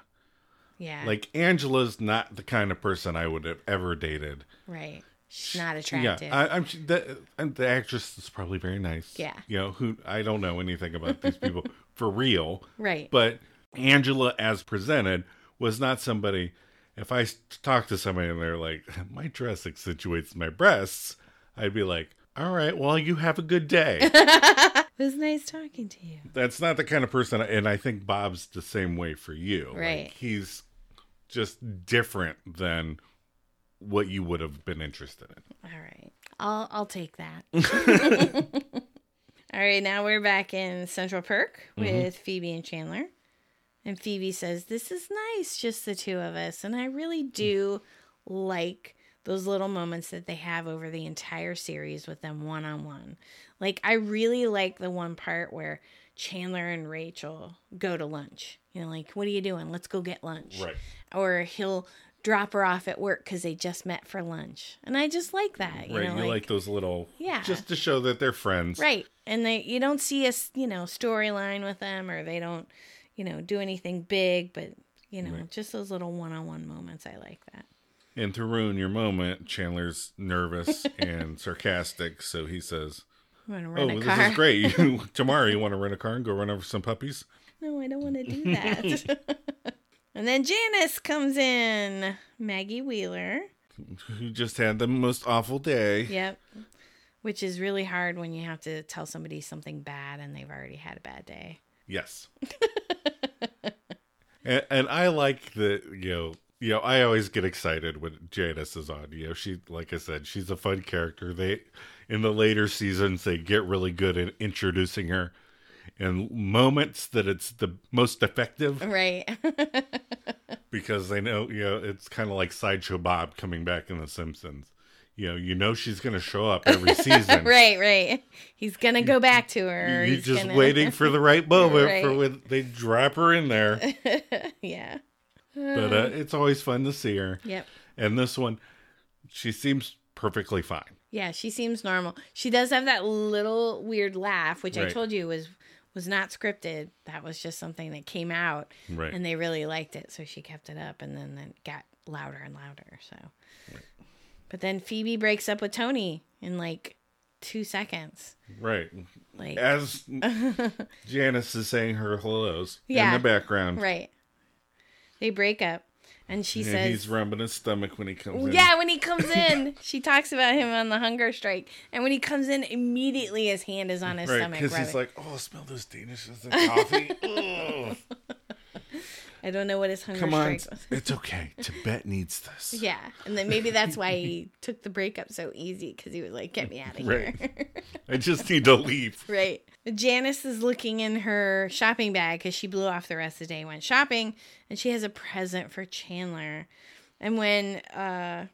S1: Yeah.
S2: Like Angela's not the kind of person I would have ever dated.
S1: right. She's not attractive.
S2: Yeah, I, I'm the, and the actress is probably very nice.
S1: Yeah.
S2: you know who I don't know anything about these people [LAUGHS] for real,
S1: right.
S2: but Angela as presented was not somebody. If I s- talk to somebody and they're like, "My dress accentuates my breasts," I'd be like, "All right, well, you have a
S1: [LAUGHS]
S2: good day."
S1: [LAUGHS] it was nice talking to you.
S2: that's not the kind of person and i think bob's the same way for you
S1: Right.
S2: like, he's just different than what you would have been interested in
S1: All right. I'll I'll take that. [LAUGHS] All right, now we're back in Central Perk with Phoebe and Chandler. And Phoebe says, "This is nice just the two of us, and I really do like those little moments that they have over the entire series with them one on one. Like I really like the one part where Chandler and Rachel go to lunch. You know, like, what are you doing? Let's go get lunch or he'll drop her off at work because they just met for lunch. And I just like that. You
S2: right
S1: know,
S2: you like,
S1: like,
S2: those little
S1: Yeah.
S2: just to show that they're friends
S1: right. And they you don't see a s- you know storyline with them or they don't you know do anything big, but you know just those little one on one moments. I like that.
S2: And to ruin your moment, Chandler's
S1: [LAUGHS]
S2: nervous and sarcastic, so he says,
S1: I'm gonna
S2: "Oh,
S1: rent a
S2: this
S1: car.
S2: is great. [LAUGHS] You, tomorrow, you want to rent a car and go run over some puppies?"
S1: [LAUGHS] No, I don't want to
S2: [LAUGHS]
S1: do that. [LAUGHS] and then Janice comes in. Maggie Wheeler.
S2: Who just had the most awful day?
S1: Yep. Which is really hard when you have to tell somebody something bad and they've already had a bad day.
S2: Yes. [LAUGHS] and, and I like that, you know, you know, I always get excited when Janice is on. You know, she, like I said, she's a fun character. They, in the later seasons, they get really good at introducing her in moments that it's the most effective
S1: Right.
S2: because they know, you know, it's kind of like Sideshow Bob coming back in The Simpsons. You know, you know she's going to show up every
S1: [LAUGHS]
S2: season.
S1: right, right. He's gonna go back to her.
S2: You're
S1: He's
S2: just
S1: gonna- [LAUGHS]
S2: waiting for the right moment for
S1: Right.
S2: when they drop her in there.
S1: yeah.
S2: but uh,
S1: Mm-hmm.
S2: it's always fun to see her.
S1: Yep.
S2: And this one, she seems perfectly fine.
S1: Yeah, she seems normal. She does have that little weird laugh, which I
S2: Right.
S1: told you was was not scripted. That was just something that came out,
S2: Right.
S1: and they really liked it, so she kept it up, and then it got louder and louder. So, but then Phoebe breaks up with Tony in like two seconds.
S2: right.
S1: Like,
S2: As
S1: [LAUGHS]
S2: Janice is saying her hellos
S1: Yeah.
S2: in the background.
S1: right? They break up, and she
S2: And
S1: says,
S2: he's rubbing his stomach when he comes in.
S1: Yeah, when he comes in, she talks about him on the hunger strike, and when he comes in, immediately his hand is on his
S2: Right.
S1: stomach.
S2: Because
S1: rubbing.
S2: he's like, oh, smell those Danishes and
S1: [LAUGHS]
S2: coffee. Ugh.
S1: I don't know what his hunger
S2: Come on.
S1: strike was. [LAUGHS]
S2: It's okay. Tibet needs this.
S1: Yeah, and then maybe that's why he took the breakup so easy because he was like, "Get me out of here!"
S2: [LAUGHS] Right. I just need to leave. [LAUGHS]
S1: right. Janice is looking in her shopping bag because she blew off the rest of the day went shopping, and she has a present for Chandler. And when uh,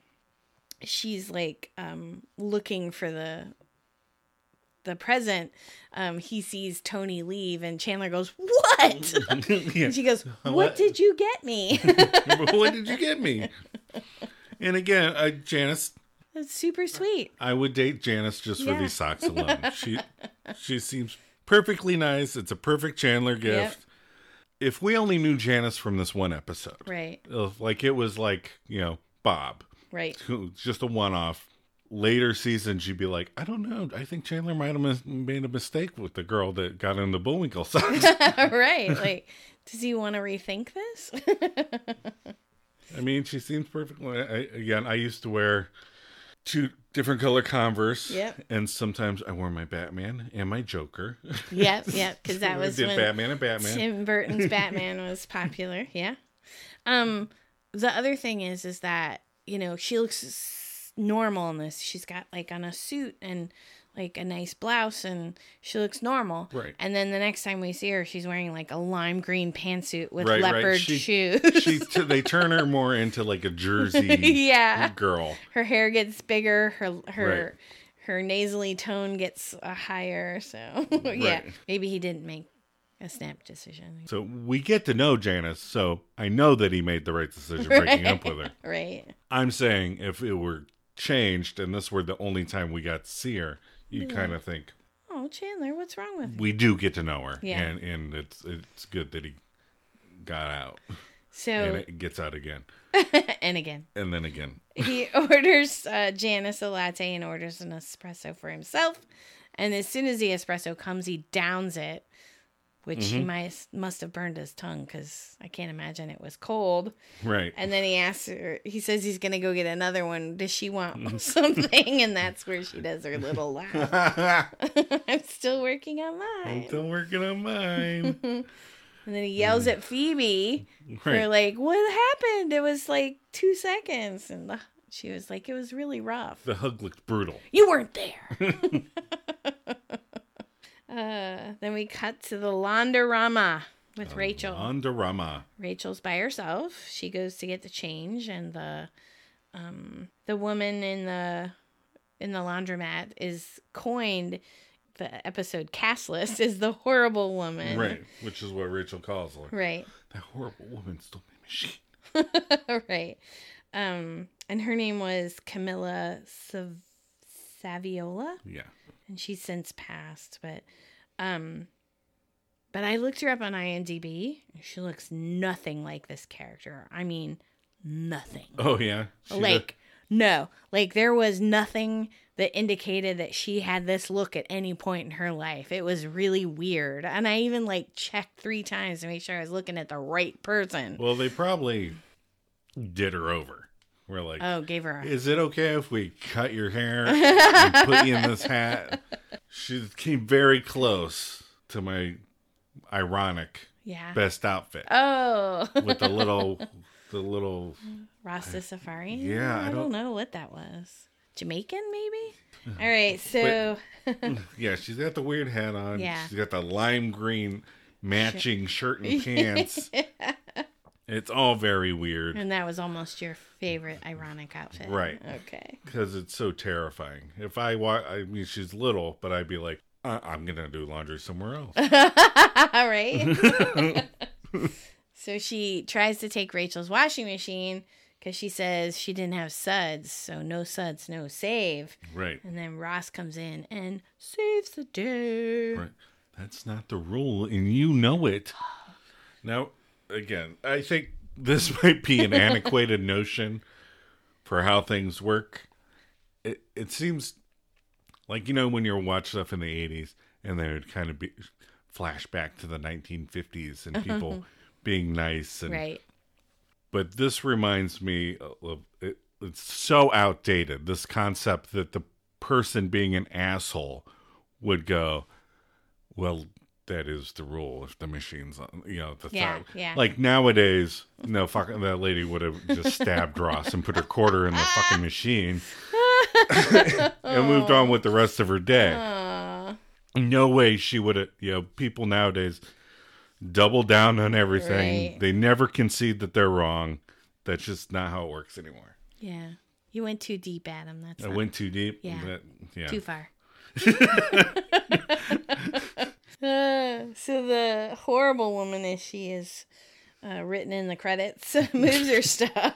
S1: she's like um, looking for the the present, um, he sees Tony leave, and Chandler goes, "What?"
S2: Yeah.
S1: and she goes, "What
S2: What?
S1: did you get me?" [LAUGHS]
S2: what did you get me? And again, uh, Janice
S1: That's super sweet.
S2: I would date Janice just
S1: Yeah.
S2: for
S1: [LAUGHS]
S2: these socks alone. She she seems perfectly nice. It's a perfect Chandler gift. If we only knew Janice from this one episode,
S1: Right.
S2: if, like it was like you know Bob,
S1: Right. [LAUGHS]
S2: who just a one off. Later seasons, you'd be like, I don't know. I think Chandler might have mis- made a mistake with the girl that got in the
S1: [LAUGHS]
S2: Bullwinkle socks.
S1: right. Like, does he want to rethink this? [LAUGHS]
S2: I mean, she seems perfectly. I, again, I used to wear two different color Converse,
S1: Yep.
S2: and sometimes I wore my Batman and my Joker. [LAUGHS]
S1: yep, yep. Because that was
S2: did
S1: when
S2: Batman and Batman.
S1: Tim Burton's Batman
S2: [LAUGHS]
S1: was popular. Yeah. Um, the other thing is, is that you know she looks s- normal in this. She's got like on a suit and like a nice blouse, and she looks normal.
S2: Right.
S1: And then the next time we see her, she's wearing like a lime green pantsuit with
S2: Right, right.
S1: leopard
S2: She-
S1: shoes. [LAUGHS]
S2: [LAUGHS] she t- they turn her more into like a Jersey
S1: yeah.
S2: girl.
S1: Her hair gets bigger. Her her.
S2: Right.
S1: Her nasally tone gets uh, higher, so [LAUGHS] yeah.
S2: Right.
S1: Maybe he didn't make a snap decision.
S2: So we get to know Janice. So I know that he made the right decision breaking up with her.
S1: Right. [LAUGHS]
S2: I'm saying if it were changed and this were the only time we got to see her, you kind of think
S1: Oh, Chandler, what's wrong with you?
S2: we do get to know her,
S1: Yeah.
S2: and and it's it's good that he got out and
S1: So,
S2: it gets out again
S1: [LAUGHS] and again,
S2: and then again.
S1: he [LAUGHS] orders uh, Janice a latte and orders an espresso for himself. And as soon as the espresso comes, he downs it, which he might, must have burned his tongue because I can't imagine it was cold.
S2: Right.
S1: And then he asks her, he says he's going to go get another one. Does she want [LAUGHS] something? And that's where she does [LAUGHS] her little
S2: [LAUGHS]
S1: laugh. I'm still working on mine.
S2: Still working on
S1: [LAUGHS]
S2: mine.
S1: And then he yells at Phoebe. They're
S2: Right.
S1: like, what happened? It was like two seconds. And the, she was like, it was really rough.
S2: The hug looked brutal.
S1: You weren't there. [LAUGHS] uh, then we cut to the Londerama with Rachel.
S2: Andarama.
S1: Rachel's by herself. She goes to get the change, and the um, the woman in the in the laundromat is coined. The episode cast list is the horrible woman.
S2: Right, which is what Rachel calls her.
S1: Right.
S2: That horrible woman stole my machine.
S1: right. [LAUGHS] Um, and her name was Camilla Sav- Saviola,
S2: Yeah.
S1: and she's since passed. But, um, but I looked her up on IMDb. She looks nothing like this character. I mean, nothing.
S2: Oh yeah. She does-
S1: like no like there was nothing that indicated that she had this look at any point in her life it was really weird and i even like checked three times to make sure i was looking at the right person
S2: Well, they probably did her over. We're like,
S1: oh gave her a
S2: is it okay if we cut
S1: [LAUGHS]
S2: your hair and put you in this hat? She came very close to my ironic
S1: yeah
S2: best outfit
S1: oh [LAUGHS]
S2: with the little, the little.
S1: rasta safari
S2: Yeah, I
S1: i
S2: don't-
S1: don't know what that was jamaican maybe all right so
S2: Yeah, she's got the weird hat on.
S1: Yeah.
S2: She's got the lime green matching
S1: [LAUGHS]
S2: shirt and pants. It's all very weird
S1: and that was almost your favorite ironic outfit
S2: Right.
S1: okay [LAUGHS]
S2: because it's so terrifying. If I wa I mean, she's little, but I'd be like, uh, I'm gonna do laundry somewhere else.
S1: All right. [LAUGHS] so she tries to take Rachel's washing machine because she says she didn't have suds, so no suds, no save.
S2: right.
S1: And then Ross comes in and saves the day.
S2: Right. That's not the rule, and you know it. Now, again, I think this [LAUGHS] might be an antiquated notion for how things work. It it seems like you know when you watch stuff in the eighties, and they would kind of be flashback to the nineteen fifties and people being nice and
S1: Right.
S2: but this reminds me of it, it's so outdated this concept that the person being an asshole would go well that is the rule if the machine's on you know the
S1: Yeah,
S2: thou-"
S1: yeah. [LAUGHS]
S2: like [LAUGHS] nowadays no fucking that lady would have just stabbed ross and put her quarter in the fucking machine
S1: Oh.
S2: and moved on with the rest of her day
S1: Uh. Aw.
S2: no way she would have you know people nowadays double down on everything
S1: Right.
S2: they never concede that they're wrong that's just not how it works anymore
S1: yeah. You went too deep, Adam. That's
S2: i
S1: not-
S2: went too deep
S1: Yeah.
S2: That- yeah
S1: too
S2: [LAUGHS]
S1: far. Uh, so the horrible woman as she is uh, written in the credits [LAUGHS] moves her
S2: [LAUGHS]
S1: stuff.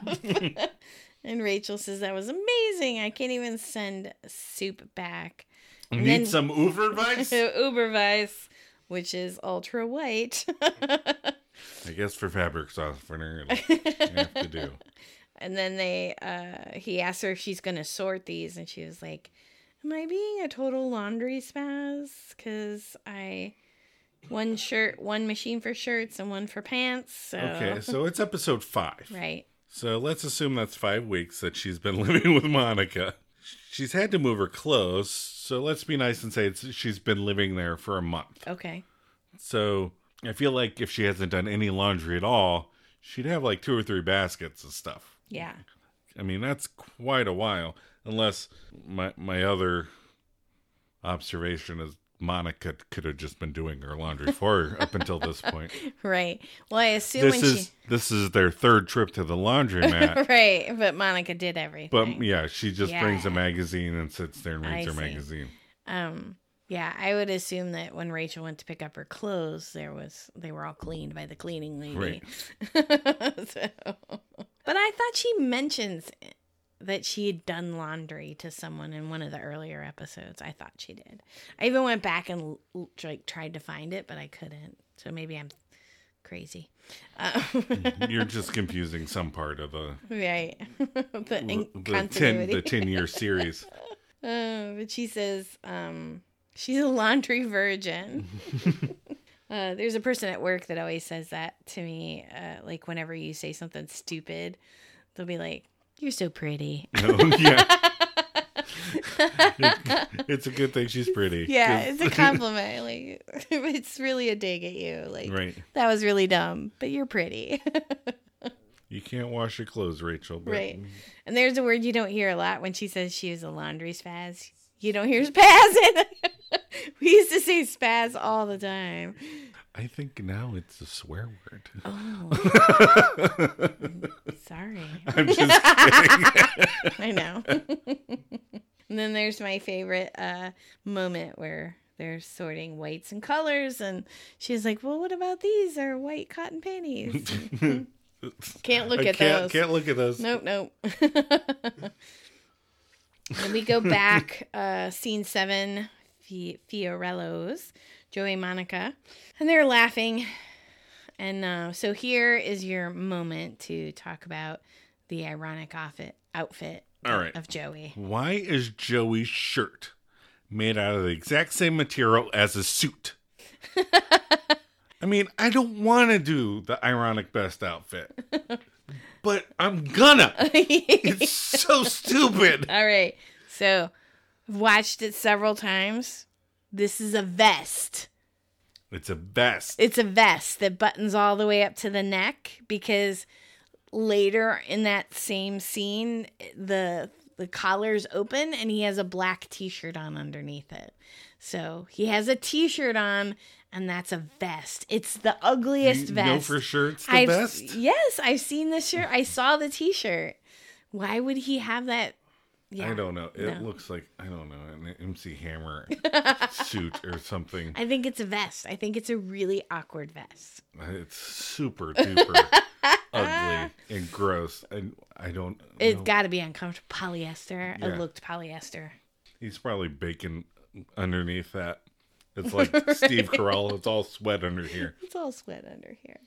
S1: and Rachel says, That was amazing. I can't even send soup back.
S2: need
S1: and then-
S2: some
S1: [LAUGHS]
S2: uber advice
S1: So Ubervice, which is ultra
S2: [LAUGHS]
S1: white.
S2: i guess for fabric softener you have to
S1: [LAUGHS]
S2: do
S1: and then they uh he asked her if she's gonna sort these and she was like am i being a total laundry spaz because i one shirt one machine for shirts and one for pants so
S2: okay so it's episode five
S1: Oh. right
S2: So let's assume that's five weeks that she's been [LAUGHS] living with Monica. She's had to move her clothes, so let's be nice and say it's, she's been living there for a month.
S1: okay
S2: So I feel like if she hasn't done any laundry at all, she'd have like two or three baskets of stuff.
S1: yeah
S2: I mean, that's quite a while, unless my my other observation is Monica could have just been doing her
S1: [LAUGHS]
S2: laundry for her up until this point.
S1: right well i assume
S2: This
S1: when
S2: is this is their third trip to the
S1: she
S2: laundromat.
S1: [LAUGHS] right but monica did everything
S2: But yeah, she just brings a
S1: Yeah.
S2: magazine and sits there and reads
S1: I
S2: her
S1: see.
S2: magazine.
S1: um yeah i would assume that when rachel went to pick up her clothes there was they were all cleaned by the cleaning lady
S2: Right.
S1: [LAUGHS] so, but I thought she mentions that she had done laundry to someone in one of the earlier episodes. I thought she did. I even went back and l- like tried to find it, but I couldn't. So maybe I'm crazy. [LAUGHS] Uh,
S2: You're just confusing some part of the
S1: right. the [LAUGHS] in-
S2: the ten
S1: continuity.
S2: the ten year
S1: [LAUGHS]
S2: series. [LAUGHS]
S1: Uh, but she says um, she's a laundry
S2: [LAUGHS]
S1: virgin. uh, there's a person at work that always says that to me. Uh, like whenever you say something stupid, they'll be like, "You're so
S2: [LAUGHS]
S1: pretty."
S2: Oh,
S1: [LAUGHS]
S2: yeah, it's a good thing she's pretty.
S1: yeah,
S2: 'cause-
S1: it's a compliment. like [LAUGHS] it's really a dig at you. Like
S2: right.
S1: that was really dumb, but you're pretty. [LAUGHS]
S2: You can't wash your clothes, Rachel. But
S1: right. And there's a word you don't hear a lot when she says she was a laundry spaz. You don't hear spaz. [LAUGHS] we used to say spaz all the time.
S2: I think now it's a swear word.
S1: Oh, [LAUGHS] sorry.
S2: I'm just kidding.
S1: [LAUGHS] I know. and then there's my favorite uh, moment where they're sorting whites and colors, and she's like, "Well, what about these? Are white cotton
S2: [LAUGHS]
S1: panties? Can't look
S2: I
S1: at
S2: can't,
S1: those.
S2: Can't look at those.
S1: Nope, nope." and we go back, uh, scene seven, Fi- Fiorello's, Joey, and Monica, and they're laughing. And uh, so here is your moment to talk about the ironic outfit outfit
S2: All right.
S1: of Joey. [LAUGHS]
S2: Why is Joey's shirt made out of the exact same material as
S1: [LAUGHS]
S2: his suit? I mean, I don't want to do the ironic best outfit, but I'm gonna.
S1: [LAUGHS]
S2: It's so stupid.
S1: All right. So, I've watched it several times. This is a vest.
S2: It's a vest.
S1: It's a vest that buttons all the way up to the neck because later in that same scene, the the collar's open and he has a black t-shirt on underneath it. So, he has a t-shirt on and that's a vest. It's the ugliest
S2: You
S1: vest.
S2: know for sure it's the
S1: I've-
S2: best.
S1: Yes, I've seen the shirt. I saw the T-shirt. Why would he have that? Yeah,
S2: I don't know. It
S1: No.
S2: looks like I don't know an MC
S1: [LAUGHS]
S2: Hammer suit or something.
S1: I think it's a vest. I think it's a really awkward vest.
S2: It's
S1: [LAUGHS]
S2: super duper ugly and gross. And I don't.
S1: It's
S2: know.
S1: got to be uncomfortable. Polyester.
S2: Yeah.
S1: It looked polyester.
S2: He's probably baking underneath that. It's like Steve Carell. It's all sweat under here.
S1: It's all sweat under here.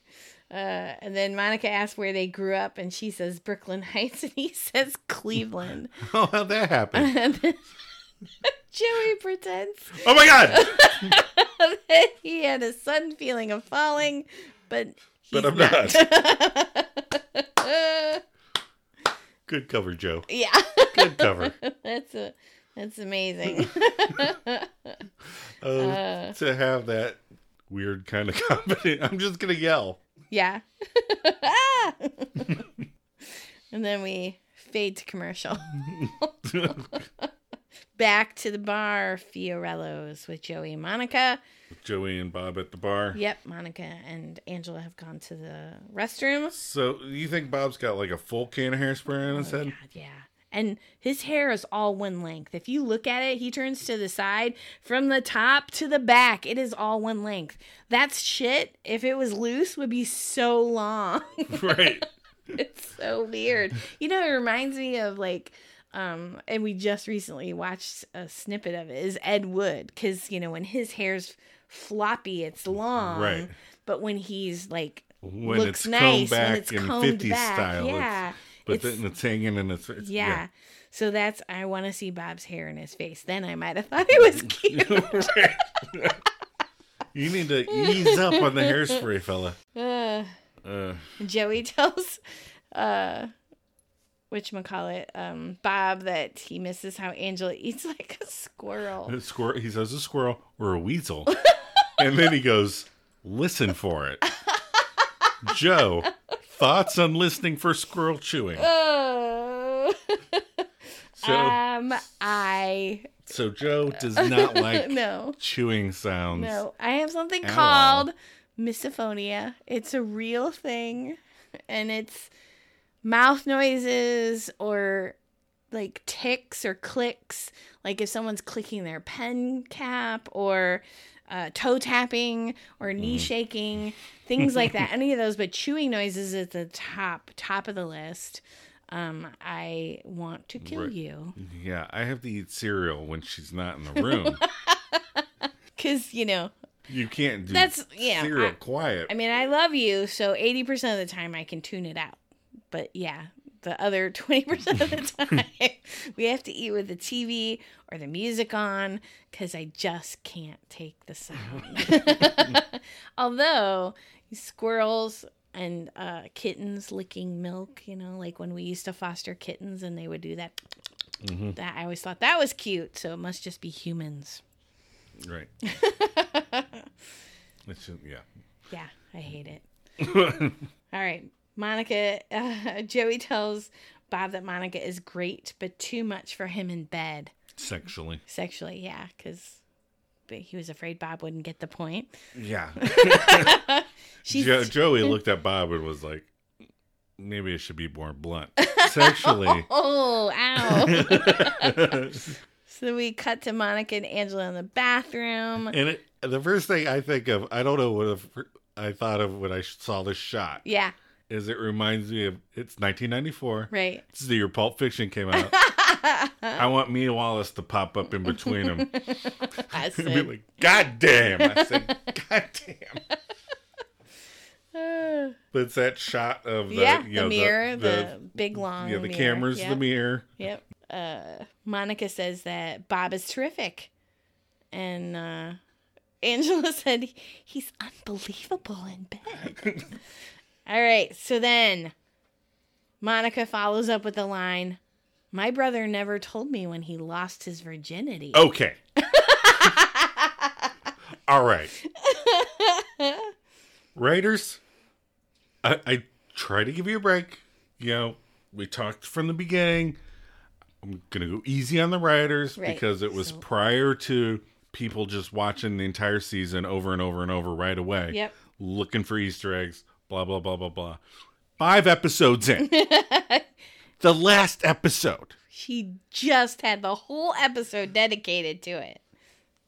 S1: Uh, and then Monica asks where they grew up, and she says Brooklyn [LAUGHS] Heights, and he says
S2: [LAUGHS]
S1: Cleveland.
S2: [LAUGHS] Oh, how that happened?
S1: and then Joey pretends [LAUGHS]
S2: Oh my god!
S1: that he had a sudden feeling of falling, but he's
S2: But I'm
S1: not.
S2: not. Good cover, Joe.
S1: [LAUGHS] Yeah.
S2: Good
S1: [LAUGHS]
S2: cover.
S1: That's a that's
S2: [LAUGHS]
S1: amazing. Uh,
S2: Um, to have that weird kind of [LAUGHS] comedy. I'm just gonna yell.
S1: yeah. [LAUGHS] and then we fade to commercial. Back to the bar, Fiorello's with Joey and Monica.
S2: Joey and Bob at the bar.
S1: Yep, Monica and Angela have gone to the restroom. Oh,
S2: So you think Bob's got like a full can of hairspray on his head?
S1: God, yeah. And his hair is all one length. If you look at it, he turns to the side from the top to the back. It is all one length. That shit, if it was loose, would be so long.
S2: [LAUGHS]
S1: [LAUGHS]
S2: right.
S1: it's so weird. You know, it reminds me of like, um, and we just recently watched a snippet of it is Ed Wood because you know when his hair's floppy, it's long,
S2: Right.
S1: But when he's like
S2: When
S1: looks
S2: it's
S1: nice,
S2: combed back
S1: when it's
S2: in
S1: combed
S2: 50s
S1: back,
S2: style. it's-
S1: yeah,
S2: but
S1: it's-
S2: then it's hanging and it's, it's
S1: yeah. So that's I want to see Bob's hair in his face. Then I might have thought it
S2: [LAUGHS]
S1: was cute. [LAUGHS]
S2: You need to ease up on the hairspray, fella.
S1: Uh,
S2: Uh,
S1: Joey [LAUGHS] tells uh which it um Bob that he misses how Angela [LAUGHS] eats like a squirrel.
S2: [LAUGHS] a squirrel. He says a squirrel or
S1: [LAUGHS]
S2: a weasel, and then he goes, "Listen for it." Joe, thoughts on listening for squirrel chewing?
S1: Oh.
S2: So,
S1: um I
S2: so Joe does
S1: [LAUGHS]
S2: not like
S1: no.
S2: chewing sounds.
S1: No, I have something
S2: At
S1: called misophonia. It's a real thing, and it's mouth noises or like ticks or clicks. Like if someone's clicking their pen cap or uh, toe tapping or knee shaking, things like that. Any of those, but chewing noises at the top top of the list. Um, I want to kill
S2: Right.
S1: you.
S2: Yeah, I have to eat cereal when she's not in the room.
S1: [LAUGHS] 'Cause you because you know
S2: you can't do
S1: That's- yeah,
S2: cereal
S1: I-
S2: quiet.
S1: I mean, I love you, so 80% of the time I can tune it out. But yeah, the other [LAUGHS] 20% of the time we have to eat with the TV or the music on because I just can't take the sound. [LAUGHS] Although squirrels and uh, kittens licking milk, you know, like when we used to foster kittens and they would do that.
S2: Mhm.
S1: That I always thought that was cute, so it must just be humans. [LAUGHS]
S2: right. It's just- yeah.
S1: Yeah, I hate it. [LAUGHS] All right. Monica, uh, [LAUGHS] Joey tells Bob that Monica is great, but too much for him in bed.
S2: Sexually.
S1: Sexually, yeah, because he was afraid Bob wouldn't get the point.
S2: Yeah.
S1: [LAUGHS] She's,
S2: Jo- Joey looked at Bob and was like, maybe it should be more blunt.
S1: [LAUGHS]
S2: Sexually.
S1: oh,
S2: [LAUGHS]
S1: ow.
S2: and
S1: so we cut to Monica and Angela in the
S2: [LAUGHS]
S1: bathroom.
S2: it, the first thing I think of, I don't know what the fir- I thought of when I saw this shot,
S1: Yeah,
S2: is it reminds me of it's 1994.
S1: right. [LAUGHS]
S2: This is the year Pulp Fiction came out. I want Mia Wallace to pop up in between
S1: [LAUGHS]
S2: them.
S1: I
S2: and be
S1: said,
S2: like, God damn. I said,
S1: [LAUGHS]
S2: God damn.
S1: uh,
S2: But it's that shot of the,
S1: Yeah,
S2: you
S1: the
S2: know,
S1: mirror,
S2: the, the,
S1: the- big long.
S2: yeah, the
S1: mirror.
S2: camera's the
S1: Yep.
S2: mirror.
S1: Yep. Uh, Monica says that Bob is terrific, and uh, Angela [LAUGHS] said he's unbelievable in bed. All right. So then, Monica follows up with the line, "My brother never told me when he lost his virginity."
S2: Okay. All right. Writers, I, I try to give you a break. You know, we talked from the beginning. I'm going to go easy on the writers
S1: Right.
S2: because it was
S1: So-
S2: prior to people just watching the entire season over and over and over right away.
S1: Yep.
S2: Looking for Easter eggs, blah, blah, blah, blah, blah. Five episodes
S1: [LAUGHS]
S2: in. the last episode.
S1: She just had the whole episode dedicated to it.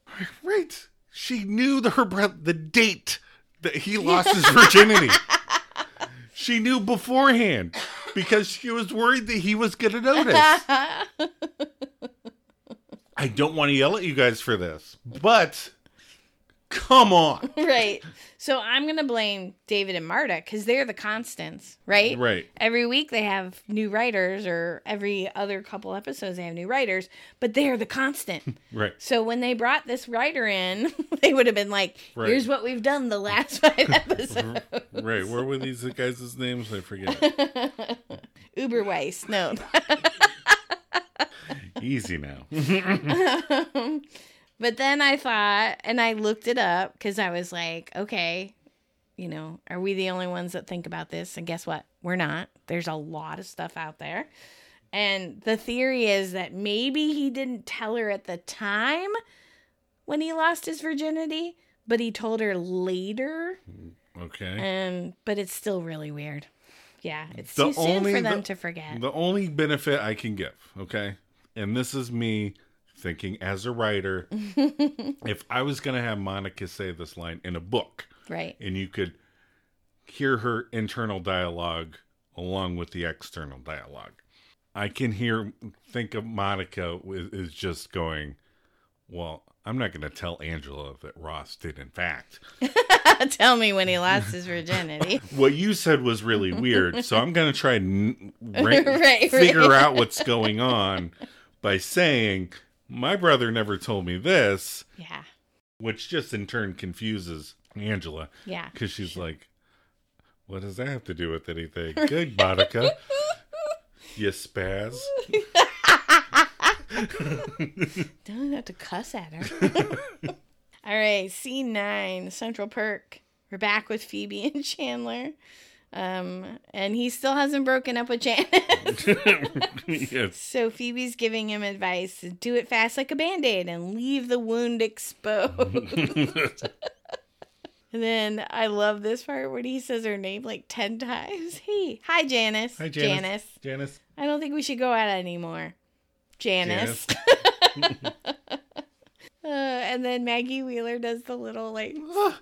S1: [LAUGHS]
S2: Right. She knew the, her brother, the date that he lost his virginity. [LAUGHS] she knew beforehand because she was worried that he was going to notice. [LAUGHS] I don't want to yell at you guys for this, but come on.
S1: right. So I'm going to blame David and Marta because they're the constants, right?
S2: Right.
S1: Every week they have new writers, or every other couple episodes they have new writers, but they're the constant.
S2: Right.
S1: so when they brought this writer in, [LAUGHS] they would have been like,
S2: Right.
S1: here's what we've done the last [LAUGHS] five episodes.
S2: [LAUGHS] Right. Where were these guys' names? I [LAUGHS] forget.
S1: Uber Weiss. No.
S2: Easy now.
S1: But then I thought, and I looked it up because I was like, okay, you know, are we the only ones that think about this? And guess what? We're not. There's a lot of stuff out there. And the theory is that maybe he didn't tell her at the time when he lost his virginity, but he told her later.
S2: Okay.
S1: And but it's still really weird. Yeah, it's
S2: The
S1: too soon
S2: only-
S1: for them
S2: the-
S1: to forget.
S2: The only benefit I can give, okay? And this is me thinking as a writer, if I was going to have Monica say this line in a book
S1: right. [LAUGHS]
S2: and you could hear her internal dialogue along with the external dialogue, I can hear, think of Monica wi- is just going, well, I'm not going to tell Angela that Ross did, in fact.
S1: tell me when he lost his
S2: [LAUGHS]
S1: virginity.
S2: What you said was really weird, so I'm going to try
S1: [LAUGHS]
S2: and n- ra-
S1: Right,
S2: figure
S1: right.
S2: out what's going on by saying, My brother never told me this,
S1: yeah.
S2: which just in turn confuses Angela
S1: Yeah.
S2: because she's like, What does that have to do with
S1: [LAUGHS]
S2: anything? Good, Monica. you spaz. [LAUGHS]
S1: Don't have to cuss at her. All right, scene nine, Central Perk. We're back with Phoebe [LAUGHS] and Chandler. Um, and he still hasn't broken up with Janice. [LAUGHS]
S2: yes.
S1: so Phoebe's giving him advice to do it fast like a band aid and leave the wound exposed. and then I love this part when he says her name like 10 times. Hey, hi, Janice.
S2: Hi, Janice. Janice.
S1: I don't think we should go out anymore. Janice. [LAUGHS] uh, and then Maggie Wheeler does the little like, [GASPS] stop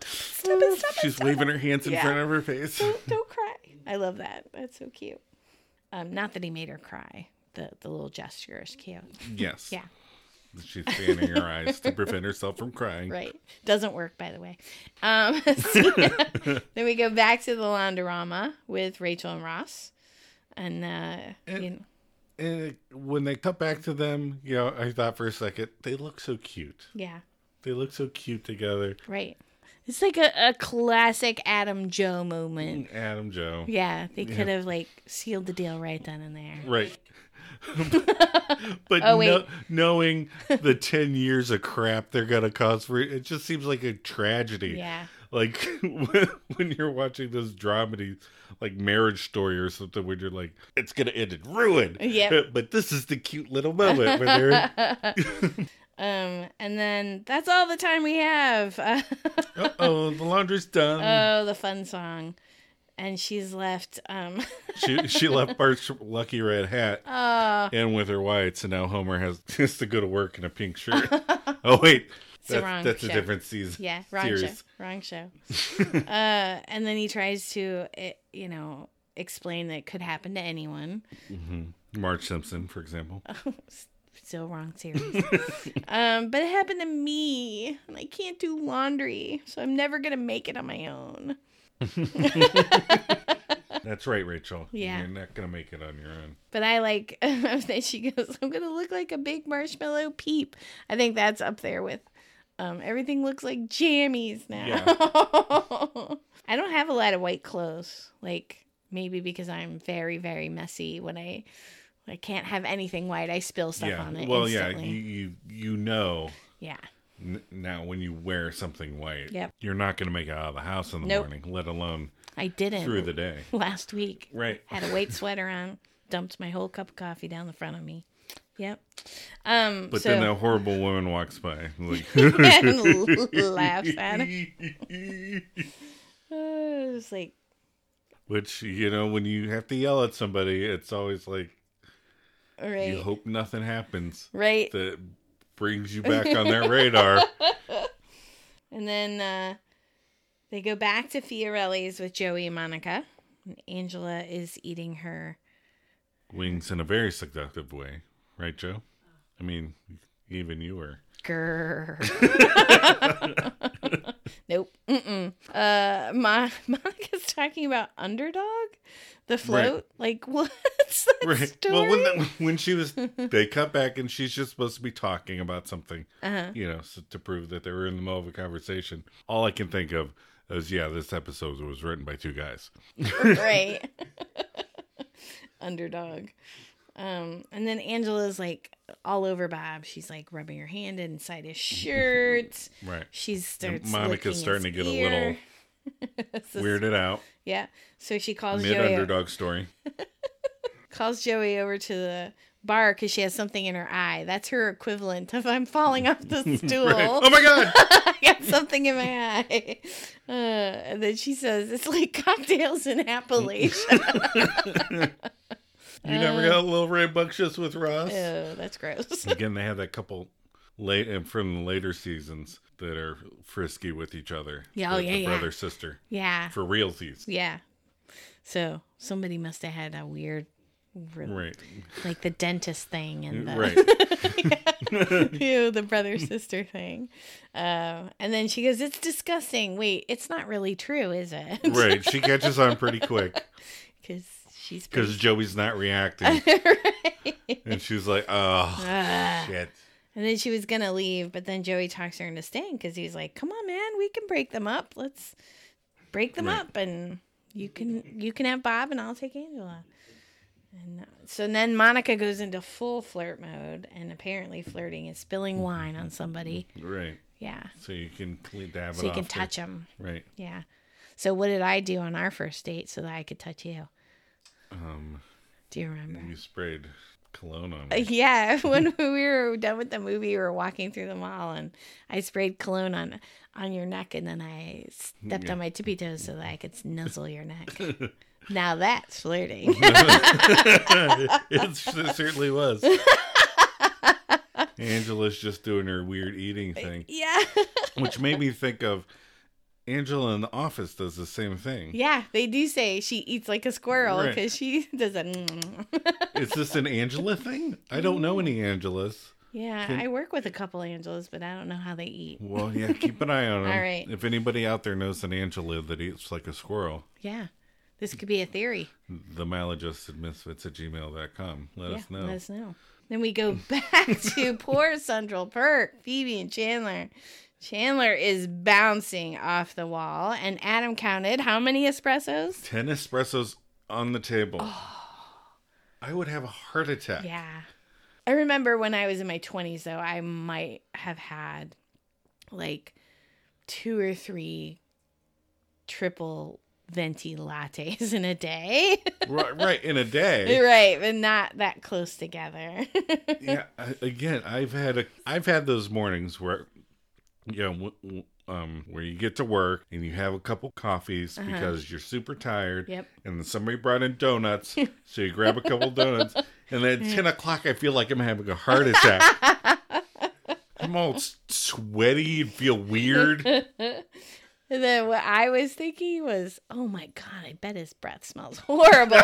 S1: it, stop it,
S2: She's waving her hands in
S1: Yeah.
S2: front of her
S1: [LAUGHS]
S2: face.
S1: don't, don't cry. I love that. That's so cute. Um, not that he made her cry. The the little gesture is cute,
S2: Yes.
S1: Yeah.
S2: She's fanning her eyes to prevent herself from crying.
S1: right? Doesn't work, by the way. Um, [LAUGHS] then we go back to the Londorama with Rachel and Ross, and uh, you know,
S2: And when they cut back to them, you know, I thought for a second, they look so cute.
S1: yeah.
S2: They look so cute together.
S1: Right. It's like a, a classic Adam Joe moment.
S2: Adam Joe.
S1: Yeah, they could have like sealed the deal right then and there.
S2: Right.
S1: [LAUGHS]
S2: but
S1: Oh,
S2: kno-
S1: wait.
S2: knowing the 10 years of crap they're going to cause for it, it just seems like a tragedy. [LAUGHS]
S1: Yeah.
S2: Like when when you're watching those dramedies, like Marriage Story or something, where you're like, it's going to end in ruin.
S1: Yep.
S2: [LAUGHS] But this is the cute little moment where
S1: [LAUGHS]
S2: they're.
S1: Um, and then that's all the time we have. [LAUGHS] Uh,
S2: Uh oh, the laundry's done.
S1: oh, the fun song. And she's left. Um,
S2: she she left Bart's lucky red hat
S1: [LAUGHS] oh,
S2: and with her whites, and now Homer has [LAUGHS] has to go to work in
S1: [LAUGHS]
S2: a pink shirt. oh wait,
S1: the
S2: that's,
S1: wrong
S2: that's a
S1: show.
S2: different season.
S1: yeah, wrong
S2: Serious.
S1: show. Wrong
S2: [LAUGHS]
S1: show. uh, and then he tries to, eh, you know, explain that it could happen to anyone. [LAUGHS]
S2: Mm-hmm. Marge Simpson, for example.
S1: Still wrong
S2: [LAUGHS]
S1: series. um, but it happened to me, and I can't do laundry, so I'm never gonna make it on my own.
S2: That's right, Rachel.
S1: [LAUGHS] Yeah.
S2: You're not going to make it on your own.
S1: But I like [LAUGHS] that she goes, I'm gonna look like a big marshmallow peep. I think that's up there with um, everything looks like jammies now.
S2: Yeah.
S1: [LAUGHS] I don't have a lot of white clothes. Like maybe because I'm very, very messy when I I can't have anything white. I spill stuff
S2: yeah.
S1: on it.
S2: well, yeah.
S1: instantly.
S2: You, you, you know
S1: yeah.
S2: n- now when you wear something white,
S1: Yep.
S2: you're not going to make it out of the house in the
S1: Nope.
S2: morning, let alone
S1: I didn't
S2: through the day.
S1: [LAUGHS] last week.
S2: Right.
S1: Had a white sweater on, dumped my whole cup of coffee down the front of me. Yep. Um
S2: But
S1: so
S2: then a horrible woman walks by. Like,
S1: [LAUGHS]
S2: [LAUGHS]
S1: and laughs at him. Oh, it was like,
S2: [LAUGHS] Which, you know, when you have to yell at somebody, it's always like
S1: right,
S2: you hope nothing happens
S1: right.
S2: that brings you back
S1: [LAUGHS]
S2: on their radar.
S1: and then uh, they go back to Fiorelli's with Joey and Monica. And Angela is eating her.
S2: Wings in a very seductive way. Right, Joe? I mean, even you were. [LAUGHS]
S1: Grrr. nope. Mm-mm. Uh, Mon- [LAUGHS] Monica's talking about underdog, the float. Like, [LAUGHS] what's that
S2: Right.
S1: story?
S2: Well, when, the, when
S1: [LAUGHS]
S2: she was, they cut back and she's just supposed to be talking about something, [LAUGHS]
S1: uh-huh.
S2: you know, so to prove that they were in the middle of a conversation. All I can think of is, yeah, this episode was written by two guys.
S1: right [LAUGHS] underdog um and then angela's like all over bob she's like rubbing her hand inside his shirt
S2: Right.
S1: she's starts
S2: And Monica's
S1: licking his
S2: starting to get a
S1: ear. [LAUGHS]
S2: little
S1: This is-
S2: weirded out
S1: yeah so she calls
S2: mid
S1: joey
S2: underdog story.
S1: calls joey over to the bar because she has something in her eye that's her equivalent of i'm falling off
S2: [LAUGHS]
S1: the stool
S2: Right. Oh my god!
S1: [LAUGHS] I got something in my eye. Uh, and then she says, it's like cocktails
S2: [LAUGHS]
S1: in Appalachia.
S2: You never
S1: Uh,
S2: got a little Ray Buckshus with Ross.
S1: oh, that's gross.
S2: Again, they have that couple late and from the later seasons that are frisky with each other.
S1: Yeah, oh,
S2: the,
S1: yeah,
S2: the
S1: yeah.
S2: brother sister
S1: Yeah.
S2: for realties.
S1: Yeah. So somebody must have had a weird, re-
S2: Right,
S1: like the dentist thing and the,
S2: right.
S1: [LAUGHS] Ew, the brother sister thing. Um, and then she goes, "It's disgusting. Wait, it's not really true, is it?
S2: Right, she catches on pretty quick
S1: Because she's
S2: because
S1: pretty-
S2: Joey's not
S1: [LAUGHS]
S2: reacting,
S1: Right.
S2: and she's like, "Oh
S1: Ah.
S2: shit!"
S1: And then she was gonna leave, but then Joey talks her into staying because he's like, "Come on, man, we can break them up. Let's break them
S2: Right.
S1: up, and you can you can have Bob, and I'll take Angela." And uh, so then Monica goes into full flirt mode, and apparently flirting is spilling wine on somebody.
S2: Right,
S1: Yeah,
S2: so you can clean dab it
S1: so you
S2: off
S1: can
S2: the-
S1: touch him.
S2: Right,
S1: Yeah. So what did I do on our first date so that I could touch you?
S2: um,
S1: Do you remember?
S2: you sprayed cologne on
S1: [LAUGHS] Uh, [LAUGHS]
S2: me.
S1: Yeah, when we were done with the movie, we were walking through the mall, and I sprayed cologne on on your neck, and then I stepped on my tippy toes so that I could nuzzle your neck.
S2: [LAUGHS]
S1: now that's flirting.
S2: [LAUGHS] it certainly was. Angela's just doing her weird eating thing,
S1: [LAUGHS] yeah,
S2: which made me think of Angela in the office does the same thing.
S1: yeah, they do say she eats like a squirrel
S2: Right.
S1: because she [LAUGHS] does a.
S2: Is this an Angela thing? I don't know any Angelas.
S1: yeah, I work with a couple Angelas, but I don't know how they eat.
S2: Well,
S1: [LAUGHS]
S2: yeah, keep an eye on them.
S1: All right.
S2: If anybody out there knows an Angela that eats like a squirrel,
S1: Yeah, this could be a theory.
S2: the maladjusted misfits at gmail.com. Let us
S1: yeah,
S2: know.
S1: let us know. Then we
S2: [LAUGHS]
S1: go back to poor Central Perk, Phoebe and Chandler. Chandler is bouncing off the wall, and Adam counted how many espressos?
S2: 10 espressos on
S1: [GASPS]
S2: the table. I would have a heart attack.
S1: Yeah. I remember when I was in my 20s, though, I might have had like two or three triple venti lattes in a day.
S2: Right, right, in
S1: [LAUGHS]
S2: a day.
S1: right, but not that close together. [LAUGHS]
S2: yeah I- again i've had a i've had those mornings where you know w- w- um where you get to work and you have a couple coffees because you're super tired
S1: Yep.
S2: and then somebody brought in donuts so you grab a couple donuts and then at 10 o'clock i feel like i'm having a heart attack i'm all s- sweaty and feel weird
S1: And then what I was thinking was, oh my god, I bet
S2: [LAUGHS]
S1: his breath smells [LAUGHS] horrible.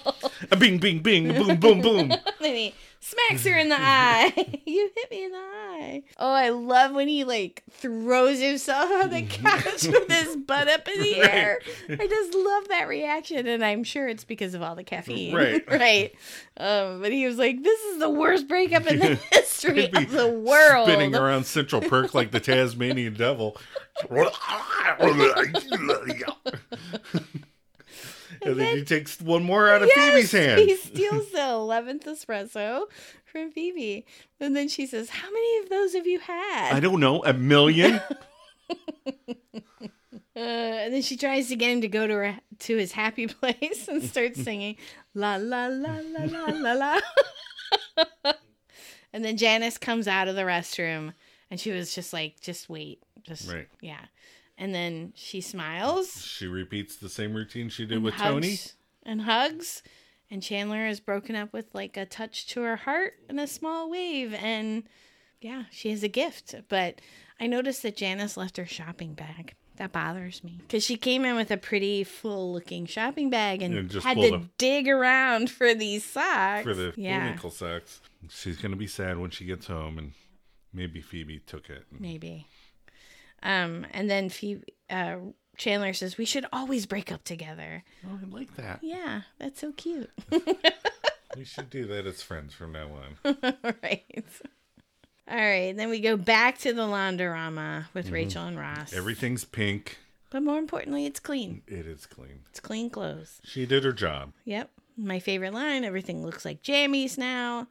S1: [LAUGHS]
S2: bing bing bing boom boom boom
S1: then he smacks her in the eye. [LAUGHS] you hit me in the eye. Oh, I love when he like throws himself on
S2: [LAUGHS]
S1: the couch with his butt up in the air. I just love that reaction, and I'm sure it's because of all the caffeine. [LAUGHS]
S2: Right.
S1: right. Um, but he was like, "This is the worst breakup in the
S2: [LAUGHS]
S1: history
S2: He'd be
S1: of the world."
S2: Spinning around Central Perk like
S1: [LAUGHS]
S2: the Tasmanian devil. and then he takes one more out of Phoebe's hand.
S1: [LAUGHS] He steals the eleventh espresso from Phoebe, and then she says, "How many of those have you had?"
S2: I don't know,
S1: [LAUGHS]
S2: a million?
S1: Uh, and then she tries to get him to go to her, to his happy [LAUGHS] place and starts singing la la la la la la la. [LAUGHS] and then Janice comes out of the restroom and she was just like, just wait, just
S2: Right.
S1: yeah. And then she smiles,
S2: She repeats the same routine she did
S1: and
S2: with Tony.
S1: hugs- and hugs, and Chandler is broken up with like a touch to her heart and a small wave, and yeah, she has a gift. But I noticed that Janice left her shopping bag. That bothers me because she came in with a pretty full-looking shopping bag and,
S2: And just
S1: had
S2: pulled
S1: to
S2: a-
S1: dig around for these socks.
S2: for the
S1: yeah,
S2: ankle socks. She's gonna be sad when she gets home, and maybe Phoebe took it.
S1: maybe. Um, and then Phoebe, uh, Chandler says we should always break up together.
S2: Oh, I like that.
S1: Yeah, that's so cute.
S2: We should do that as friends from now
S1: [LAUGHS]
S2: on.
S1: right. All right. Then we go back to the laundorama
S2: Mm-hmm.
S1: with Rachel and Ross.
S2: Everything's pink.
S1: but more importantly, it's clean.
S2: It is clean.
S1: It's clean clothes.
S2: She did her job.
S1: Yep. My favorite line everything looks like jammies now.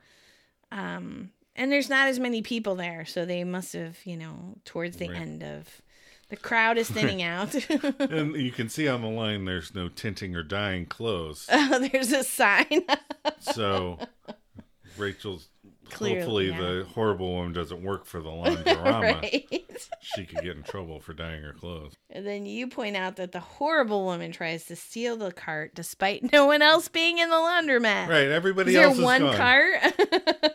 S1: Um, and there's not as many people there. So they must have, you know, towards the
S2: Right.
S1: end of the crowd is
S2: [LAUGHS]
S1: thinning out. [LAUGHS]
S2: And you can see on the line there's no tinting or dyeing clothes.
S1: oh, there's a sign. [LAUGHS]
S2: So Rachel's
S1: Clearly,
S2: hopefully
S1: yeah.
S2: the horrible woman doesn't
S1: [LAUGHS]
S2: work for the laundrorama.
S1: right.
S2: She could get in trouble for dyeing her clothes.
S1: And then you point out that the horrible woman tries to steal the cart despite no one else being in the laundromat.
S2: Right, everybody
S1: Is there
S2: else
S1: one
S2: is gone.
S1: cart? [LAUGHS]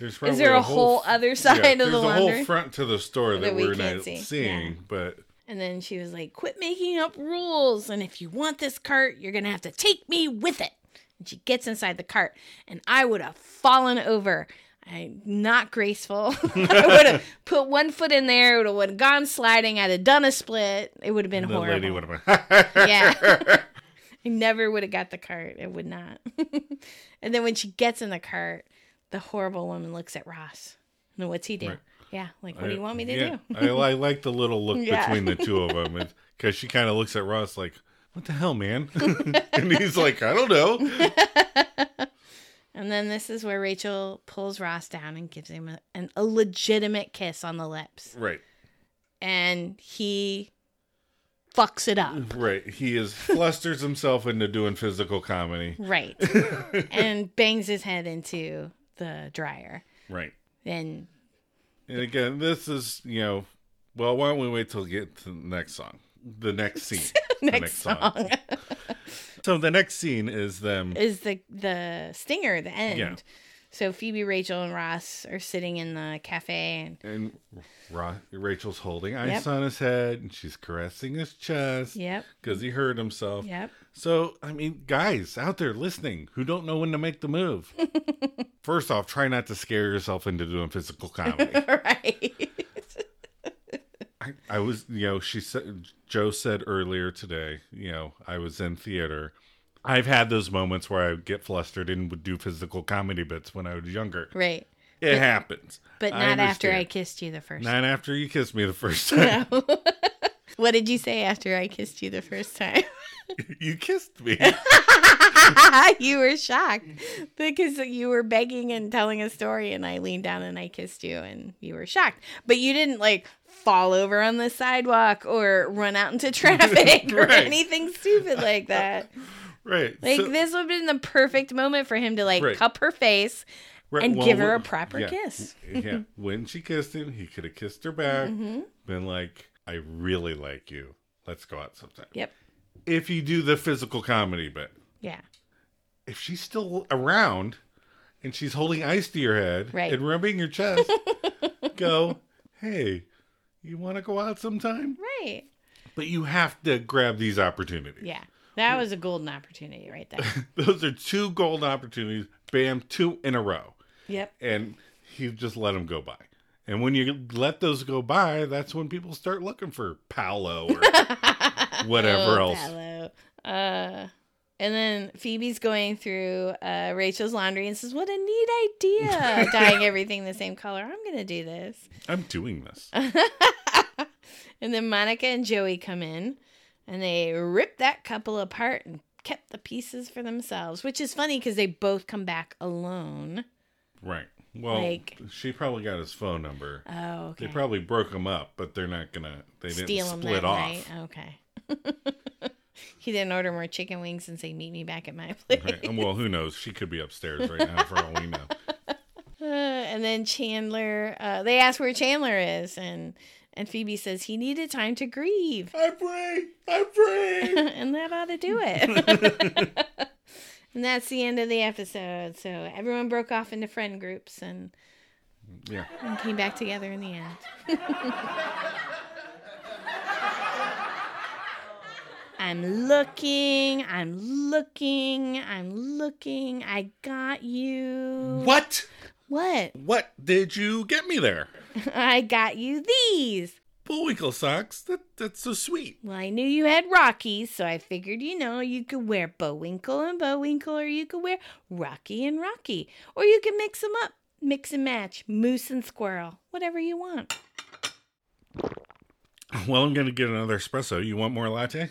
S2: There's
S1: Is
S2: probably
S1: there a
S2: whole
S1: whole other side
S2: Yeah,
S1: of the
S2: there's a whole
S1: laundry?
S2: front to the store that,
S1: That we
S2: we're
S1: can't
S2: not
S1: see.
S2: seeing,
S1: Yeah.
S2: but
S1: and then she was like, "Quit making up rules, and if you want this cart, you're gonna have to take me with it." And she gets inside the cart, and I would have fallen over. I not graceful. [LAUGHS]
S2: [LAUGHS]
S1: I would have put one foot in there. Would have would've gone sliding. I'd have done a split. It would have been
S2: the
S1: horrible.
S2: lady would have been. [LAUGHS]
S1: yeah. [LAUGHS] I never would have got the cart. It would not. [LAUGHS] and then when she gets in the cart, the horrible woman looks at Ross. And what's he do?
S2: Right.
S1: Yeah, like
S2: [LAUGHS]
S1: what do you want me to
S2: yeah,
S1: do?
S2: I, I like the little look
S1: [LAUGHS] Yeah.
S2: between the two of them because she kind of looks at Ross like, "What the hell, man?" [LAUGHS] and he's like, "I
S1: [LAUGHS]
S2: don't know."
S1: And then this is where Rachel pulls Ross down and gives him a, an, a legitimate kiss on the lips.
S2: Right,
S1: And he fucks it up.
S2: right. He is flusters himself into doing physical comedy. [LAUGHS]
S1: Right. and bangs his head into the dryer.
S2: Right,
S1: Then
S2: and again, this is you know, well, why don't we wait till we get to the next song, the next scene,
S1: [LAUGHS]
S2: The
S1: next, song [LAUGHS]
S2: So the next scene is them.
S1: is the the stinger, the end.
S2: Yeah.
S1: So Phoebe, Rachel, and Ross are sitting in the cafe, and
S2: And Ra- Rachel's holding ice
S1: Yep.
S2: on his head, and she's caressing his chest
S1: yep,
S2: because he hurt himself.
S1: yep, [LAUGHS]
S2: So, I mean, guys out there listening who don't know when to make
S1: [LAUGHS]
S2: the move, first off, try not to scare yourself into doing physical comedy.
S1: right,
S2: I, I was, you know, she said, Joe said earlier today, you know, I was in theater. I've had those moments where I would get flustered and would do physical comedy bits when I was younger.
S1: right.
S2: It happens.
S1: But
S2: I
S1: not after I
S2: understand.
S1: kissed you the first.
S2: Not after you kissed me the first time. [LAUGHS]
S1: time. [LAUGHS] what did you say after I kissed you the first time? [LAUGHS]
S2: you kissed me.
S1: you were shocked because you were begging and telling a story, and I leaned down and I kissed you, and you were shocked. But you didn't like fall over on the sidewalk or run out into [LAUGHS] traffic or
S2: Right.
S1: anything stupid like
S2: [LAUGHS]
S1: that.
S2: right.
S1: Like
S2: So-
S1: this would have been the perfect moment for him to like
S2: Right.
S1: cup her face
S2: right,
S1: and
S2: well,
S1: give her a
S2: when-
S1: proper
S2: yeah.
S1: kiss.
S2: [LAUGHS] yeah. When she kissed him, he could have kissed her back,
S1: hmm
S2: been like, I really like you. Let's go out sometime.
S1: Yep.
S2: If you do the physical comedy bit,
S1: Yeah.
S2: if she's still around and she's holding ice to your head
S1: Right.
S2: and rubbing
S1: [LAUGHS]
S2: your chest, go, hey, you want to go out sometime?
S1: Right.
S2: But you have to grab these opportunities.
S1: Yeah. That
S2: [LAUGHS]
S1: was a golden opportunity right there.
S2: Those are two golden opportunities. Bam, two in a row.
S1: Yep.
S2: and he just let them go by. And when you let those go by, that's when people start looking for Paolo or
S1: [LAUGHS]
S2: whatever
S1: Oh,
S2: else.
S1: Paolo. Uh, and then Phoebe's going through uh, Rachel's laundry and says, "What a neat
S2: [LAUGHS]
S1: idea! Dyeing everything the same color. I'm gonna do this."
S2: I'm
S1: [LAUGHS]
S2: doing this.
S1: and then Monica and Joey come in, and they rip that couple apart and kept the pieces for themselves, which is funny because they both come back alone.
S2: Right. Well,
S1: Like-
S2: she probably got his phone number.
S1: Oh, okay.
S2: They probably broke him up, but they're not gonna. They
S1: steal
S2: didn't
S1: him
S2: split
S1: that
S2: off.
S1: night. Okay. [LAUGHS] he didn't order more chicken wings and say, "Meet me back at my place."
S2: Right. And Well, who knows? She could be upstairs right now, for all
S1: [LAUGHS]
S2: we know.
S1: Uh, and then Chandler, uh, they ask where Chandler is, and and Phoebe says he needed time to grieve, [LAUGHS]
S2: I pray. I pray.
S1: and that ought to do it. [LAUGHS] and that's the end of the episode. So everyone broke off into friend groups and,
S2: Yeah.
S1: and came back together in the end. [LAUGHS] I'm looking, I'm looking, I'm looking. I got you.
S2: What?
S1: What? [LAUGHS]
S2: What did you get me there?
S1: I got you these.
S2: Bullwinkle socks. That that's so sweet.
S1: Well, I knew you had Rocky, so I figured, you know, you could wear Bowinkle and Bowinkle, or you could wear Rocky and Rocky, or you could mix them up, mix and match, moose and squirrel, whatever you want.
S2: Well, I'm gonna get another espresso. You want more latte?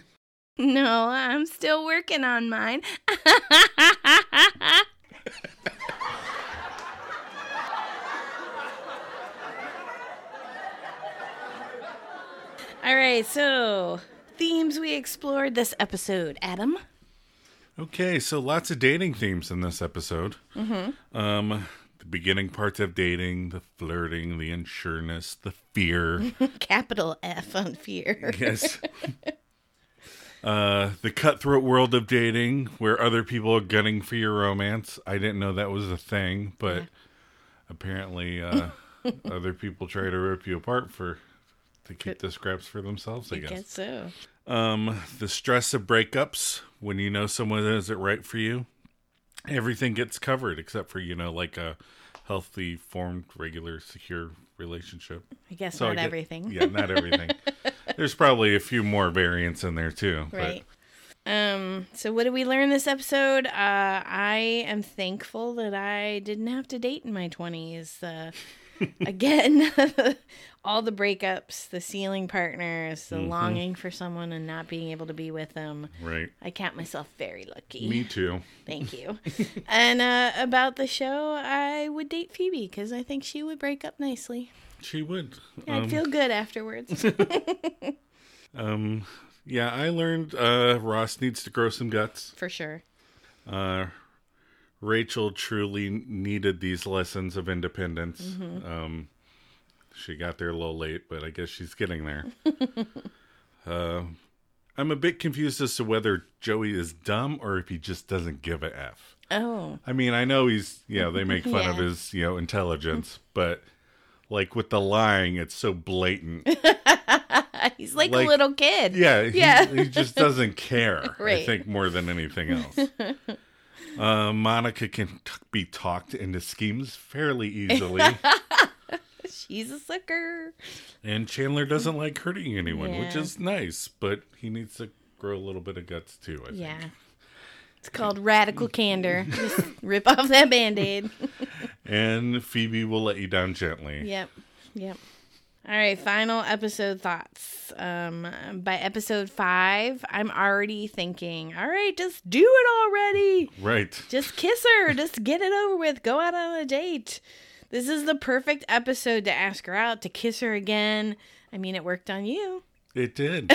S1: No, I'm still working on mine. [LAUGHS] All right, so themes we explored this episode, Adam.
S2: Okay, so lots of dating themes in this episode. Mm-hmm. Um, the beginning parts of dating, the flirting, the unsureness, the fear.
S1: Capital F on
S2: [LAUGHS]
S1: fear.
S2: Yes. Uh, the cutthroat world of dating, where other people are gunning for your romance. I didn't know that was a thing, but apparently, uh, [LAUGHS] other people try to rip you apart for to keep the scraps for themselves. I guess.
S1: guess so.
S2: Um, the stress of breakups when you know someone isn't right for you. Everything gets covered except for you know, like a healthy, formed, regular, secure relationship.
S1: I guess
S2: So I
S1: not
S2: get-
S1: everything. [LAUGHS]
S2: Yeah, not everything. There's probably a few more variants in there too. but-
S1: Right. Um, so what did we learn this episode? Uh, I am thankful that I didn't have to date in my 20s.
S2: [LAUGHS]
S1: Uh, again, [LAUGHS] all the breakups, the sealing partners,
S2: Mm-hmm.
S1: the longing for someone and not being able to be with them.
S2: right.
S1: I count myself very lucky.
S2: Me too.
S1: Thank
S2: [LAUGHS]
S1: you. and uh, about the show, I would date Phoebe because I think she would break up nicely.
S2: She would.
S1: I'd feel good
S2: [LAUGHS]
S1: afterwards.
S2: Um, yeah, I learned uh, Ross needs to grow some guts.
S1: for sure.
S2: Uh, Rachel truly needed these lessons of independence.
S1: Mm-hmm.
S2: Um, she got there a little late, but I guess she's
S1: [LAUGHS]
S2: getting there. uh, I'm a bit confused as to whether Joey is dumb or if he just doesn't give a f.
S1: Oh,
S2: I mean, I know he's yeah,
S1: [LAUGHS]
S2: they make fun of
S1: Yeah.
S2: his, you know, intelligence, but like with the lying, it's so blatant.
S1: [LAUGHS] he's like,
S2: Like-
S1: a little kid.
S2: Yeah, he,
S1: Yeah.
S2: he just doesn't care. I
S1: Right.
S2: think more than
S1: [LAUGHS]
S2: anything else. Uh, Monica can t- be talked into schemes fairly easily,
S1: [LAUGHS] [LAUGHS] She's a sucker.
S2: and Chandler doesn't like hurting anyone, which
S1: Yeah.
S2: is nice, but he needs to grow a little bit of guts too. I think.
S1: Yeah. It's called radical candor. Just rip off that band aid.
S2: And Phoebe will let you down gently.
S1: [LAUGHS] yep. Yep. All right, final episode thoughts. Um, by episode five, I'm already thinking, all right, just do it already.
S2: Right.
S1: Just kiss her. Just get it over with. Go out on a date. This is the perfect episode to ask her out, to kiss her again. I mean, it worked on you. [LAUGHS]
S2: It did.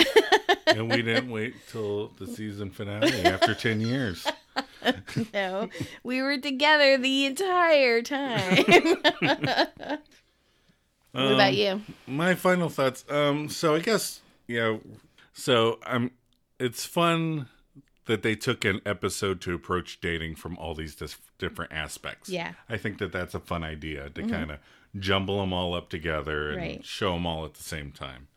S2: and we didn't wait till the season finale after 10 years.
S1: No, we were together the entire
S2: [LAUGHS]
S1: time. [LAUGHS] what about you?
S2: Um, My final thoughts. Um so I guess yeah, so I'm it's fun that they took an episode to approach dating from all these dis- different aspects.
S1: Yeah.
S2: I think that that's a fun idea to kind of jumble them all up together and
S1: Mm-hmm. Right.
S2: show them all at the same time.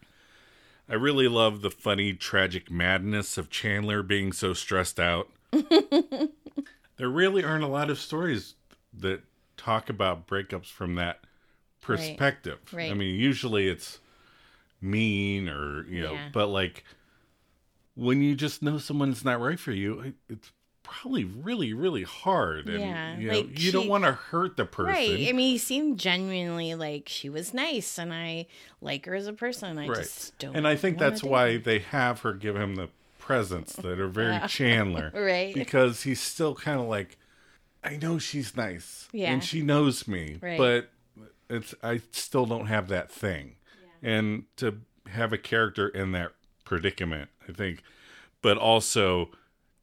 S2: I really love the funny, tragic madness of Chandler
S1: [LAUGHS]
S2: being so stressed out. there really aren't a lot of stories that talk about breakups from that perspective. I
S1: right.
S2: mean, usually it's mean or, you know,
S1: Yeah.
S2: but like when you just know someone's not right for you, it- it's probably really, really hard. And,
S1: Yeah,
S2: you know,
S1: like
S2: you don't
S1: she-
S2: want to hurt the person.
S1: Right. I mean, he seemed genuinely like she was nice and I like her as a person. I just don't.
S2: And I think
S1: wanna
S2: that's
S1: date
S2: why
S1: her.
S2: they have her give him the presents that are very
S1: [LAUGHS]
S2: Chandler.
S1: Right.
S2: Because he's still kind of like, I know she's nice.
S1: Yeah.
S2: And she knows me.
S1: Right.
S2: But it's I still don't have that thing. And to have a character in that predicament, I think, but also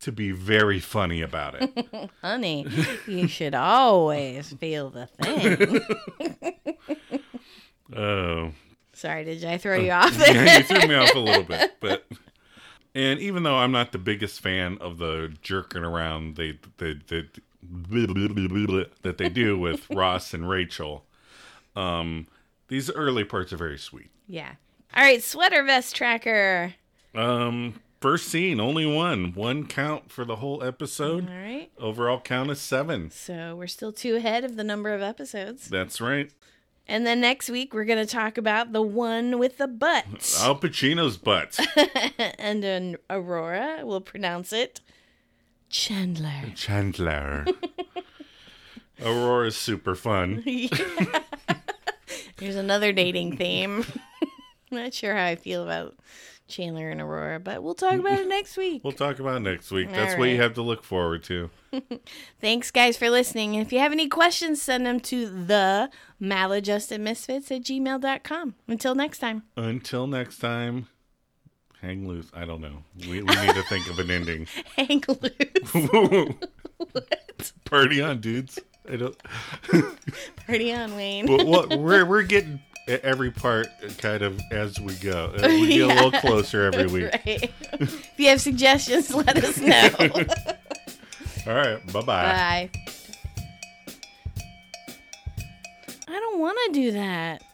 S2: to be very funny about
S1: [LAUGHS]
S2: it. [LAUGHS]
S1: Honey, you should always feel the
S2: [LAUGHS]
S1: thing.
S2: Oh.
S1: Sorry, did I throw
S2: Uh,
S1: you off there?
S2: Yeah, you threw me off a little bit, but and even though I'm not the biggest fan of the jerking around they they, they, that they do with Ross and Rachel, um, these early parts are very sweet.
S1: [LAUGHS] Yeah. All right, sweater vest tracker.
S2: Um, first scene, only one, one count for the whole
S1: All
S2: episode.
S1: right.
S2: Overall count is seven.
S1: So we're still two ahead of the number of episodes.
S2: That's right.
S1: And then next week, we're going to talk about the one with the
S2: [LAUGHS]
S1: butt.
S2: Al Pacino's butt.
S1: and then Aurora will pronounce it Chandler.
S2: Chandler. Aurora's
S1: [LAUGHS]
S2: super fun.
S1: Yeah. There's another dating theme. [LAUGHS] Not sure how I feel about Chandler and Aurora, but we'll talk about it next week.
S2: We'll talk about it next week. That's what you
S1: Alright.
S2: have to look forward to.
S1: Thanks, guys, for listening. And if you have any questions, send them to the maladjustedmisfits at gmail.com. Until next time. [LAUGHS]
S2: Until next time, hang loose. I don't know. We, we need to think of an ending.
S1: Hang loose.
S2: Party on, dudes. I don't.
S1: Party on, Wayne. [LAUGHS]
S2: But what we're we're getting at every part kind of as we go. Uh, We get a little closer every week.
S1: Right. [LAUGHS] if you have suggestions, let us know.
S2: All right. Bye bye.
S1: Bye. I don't want to do that.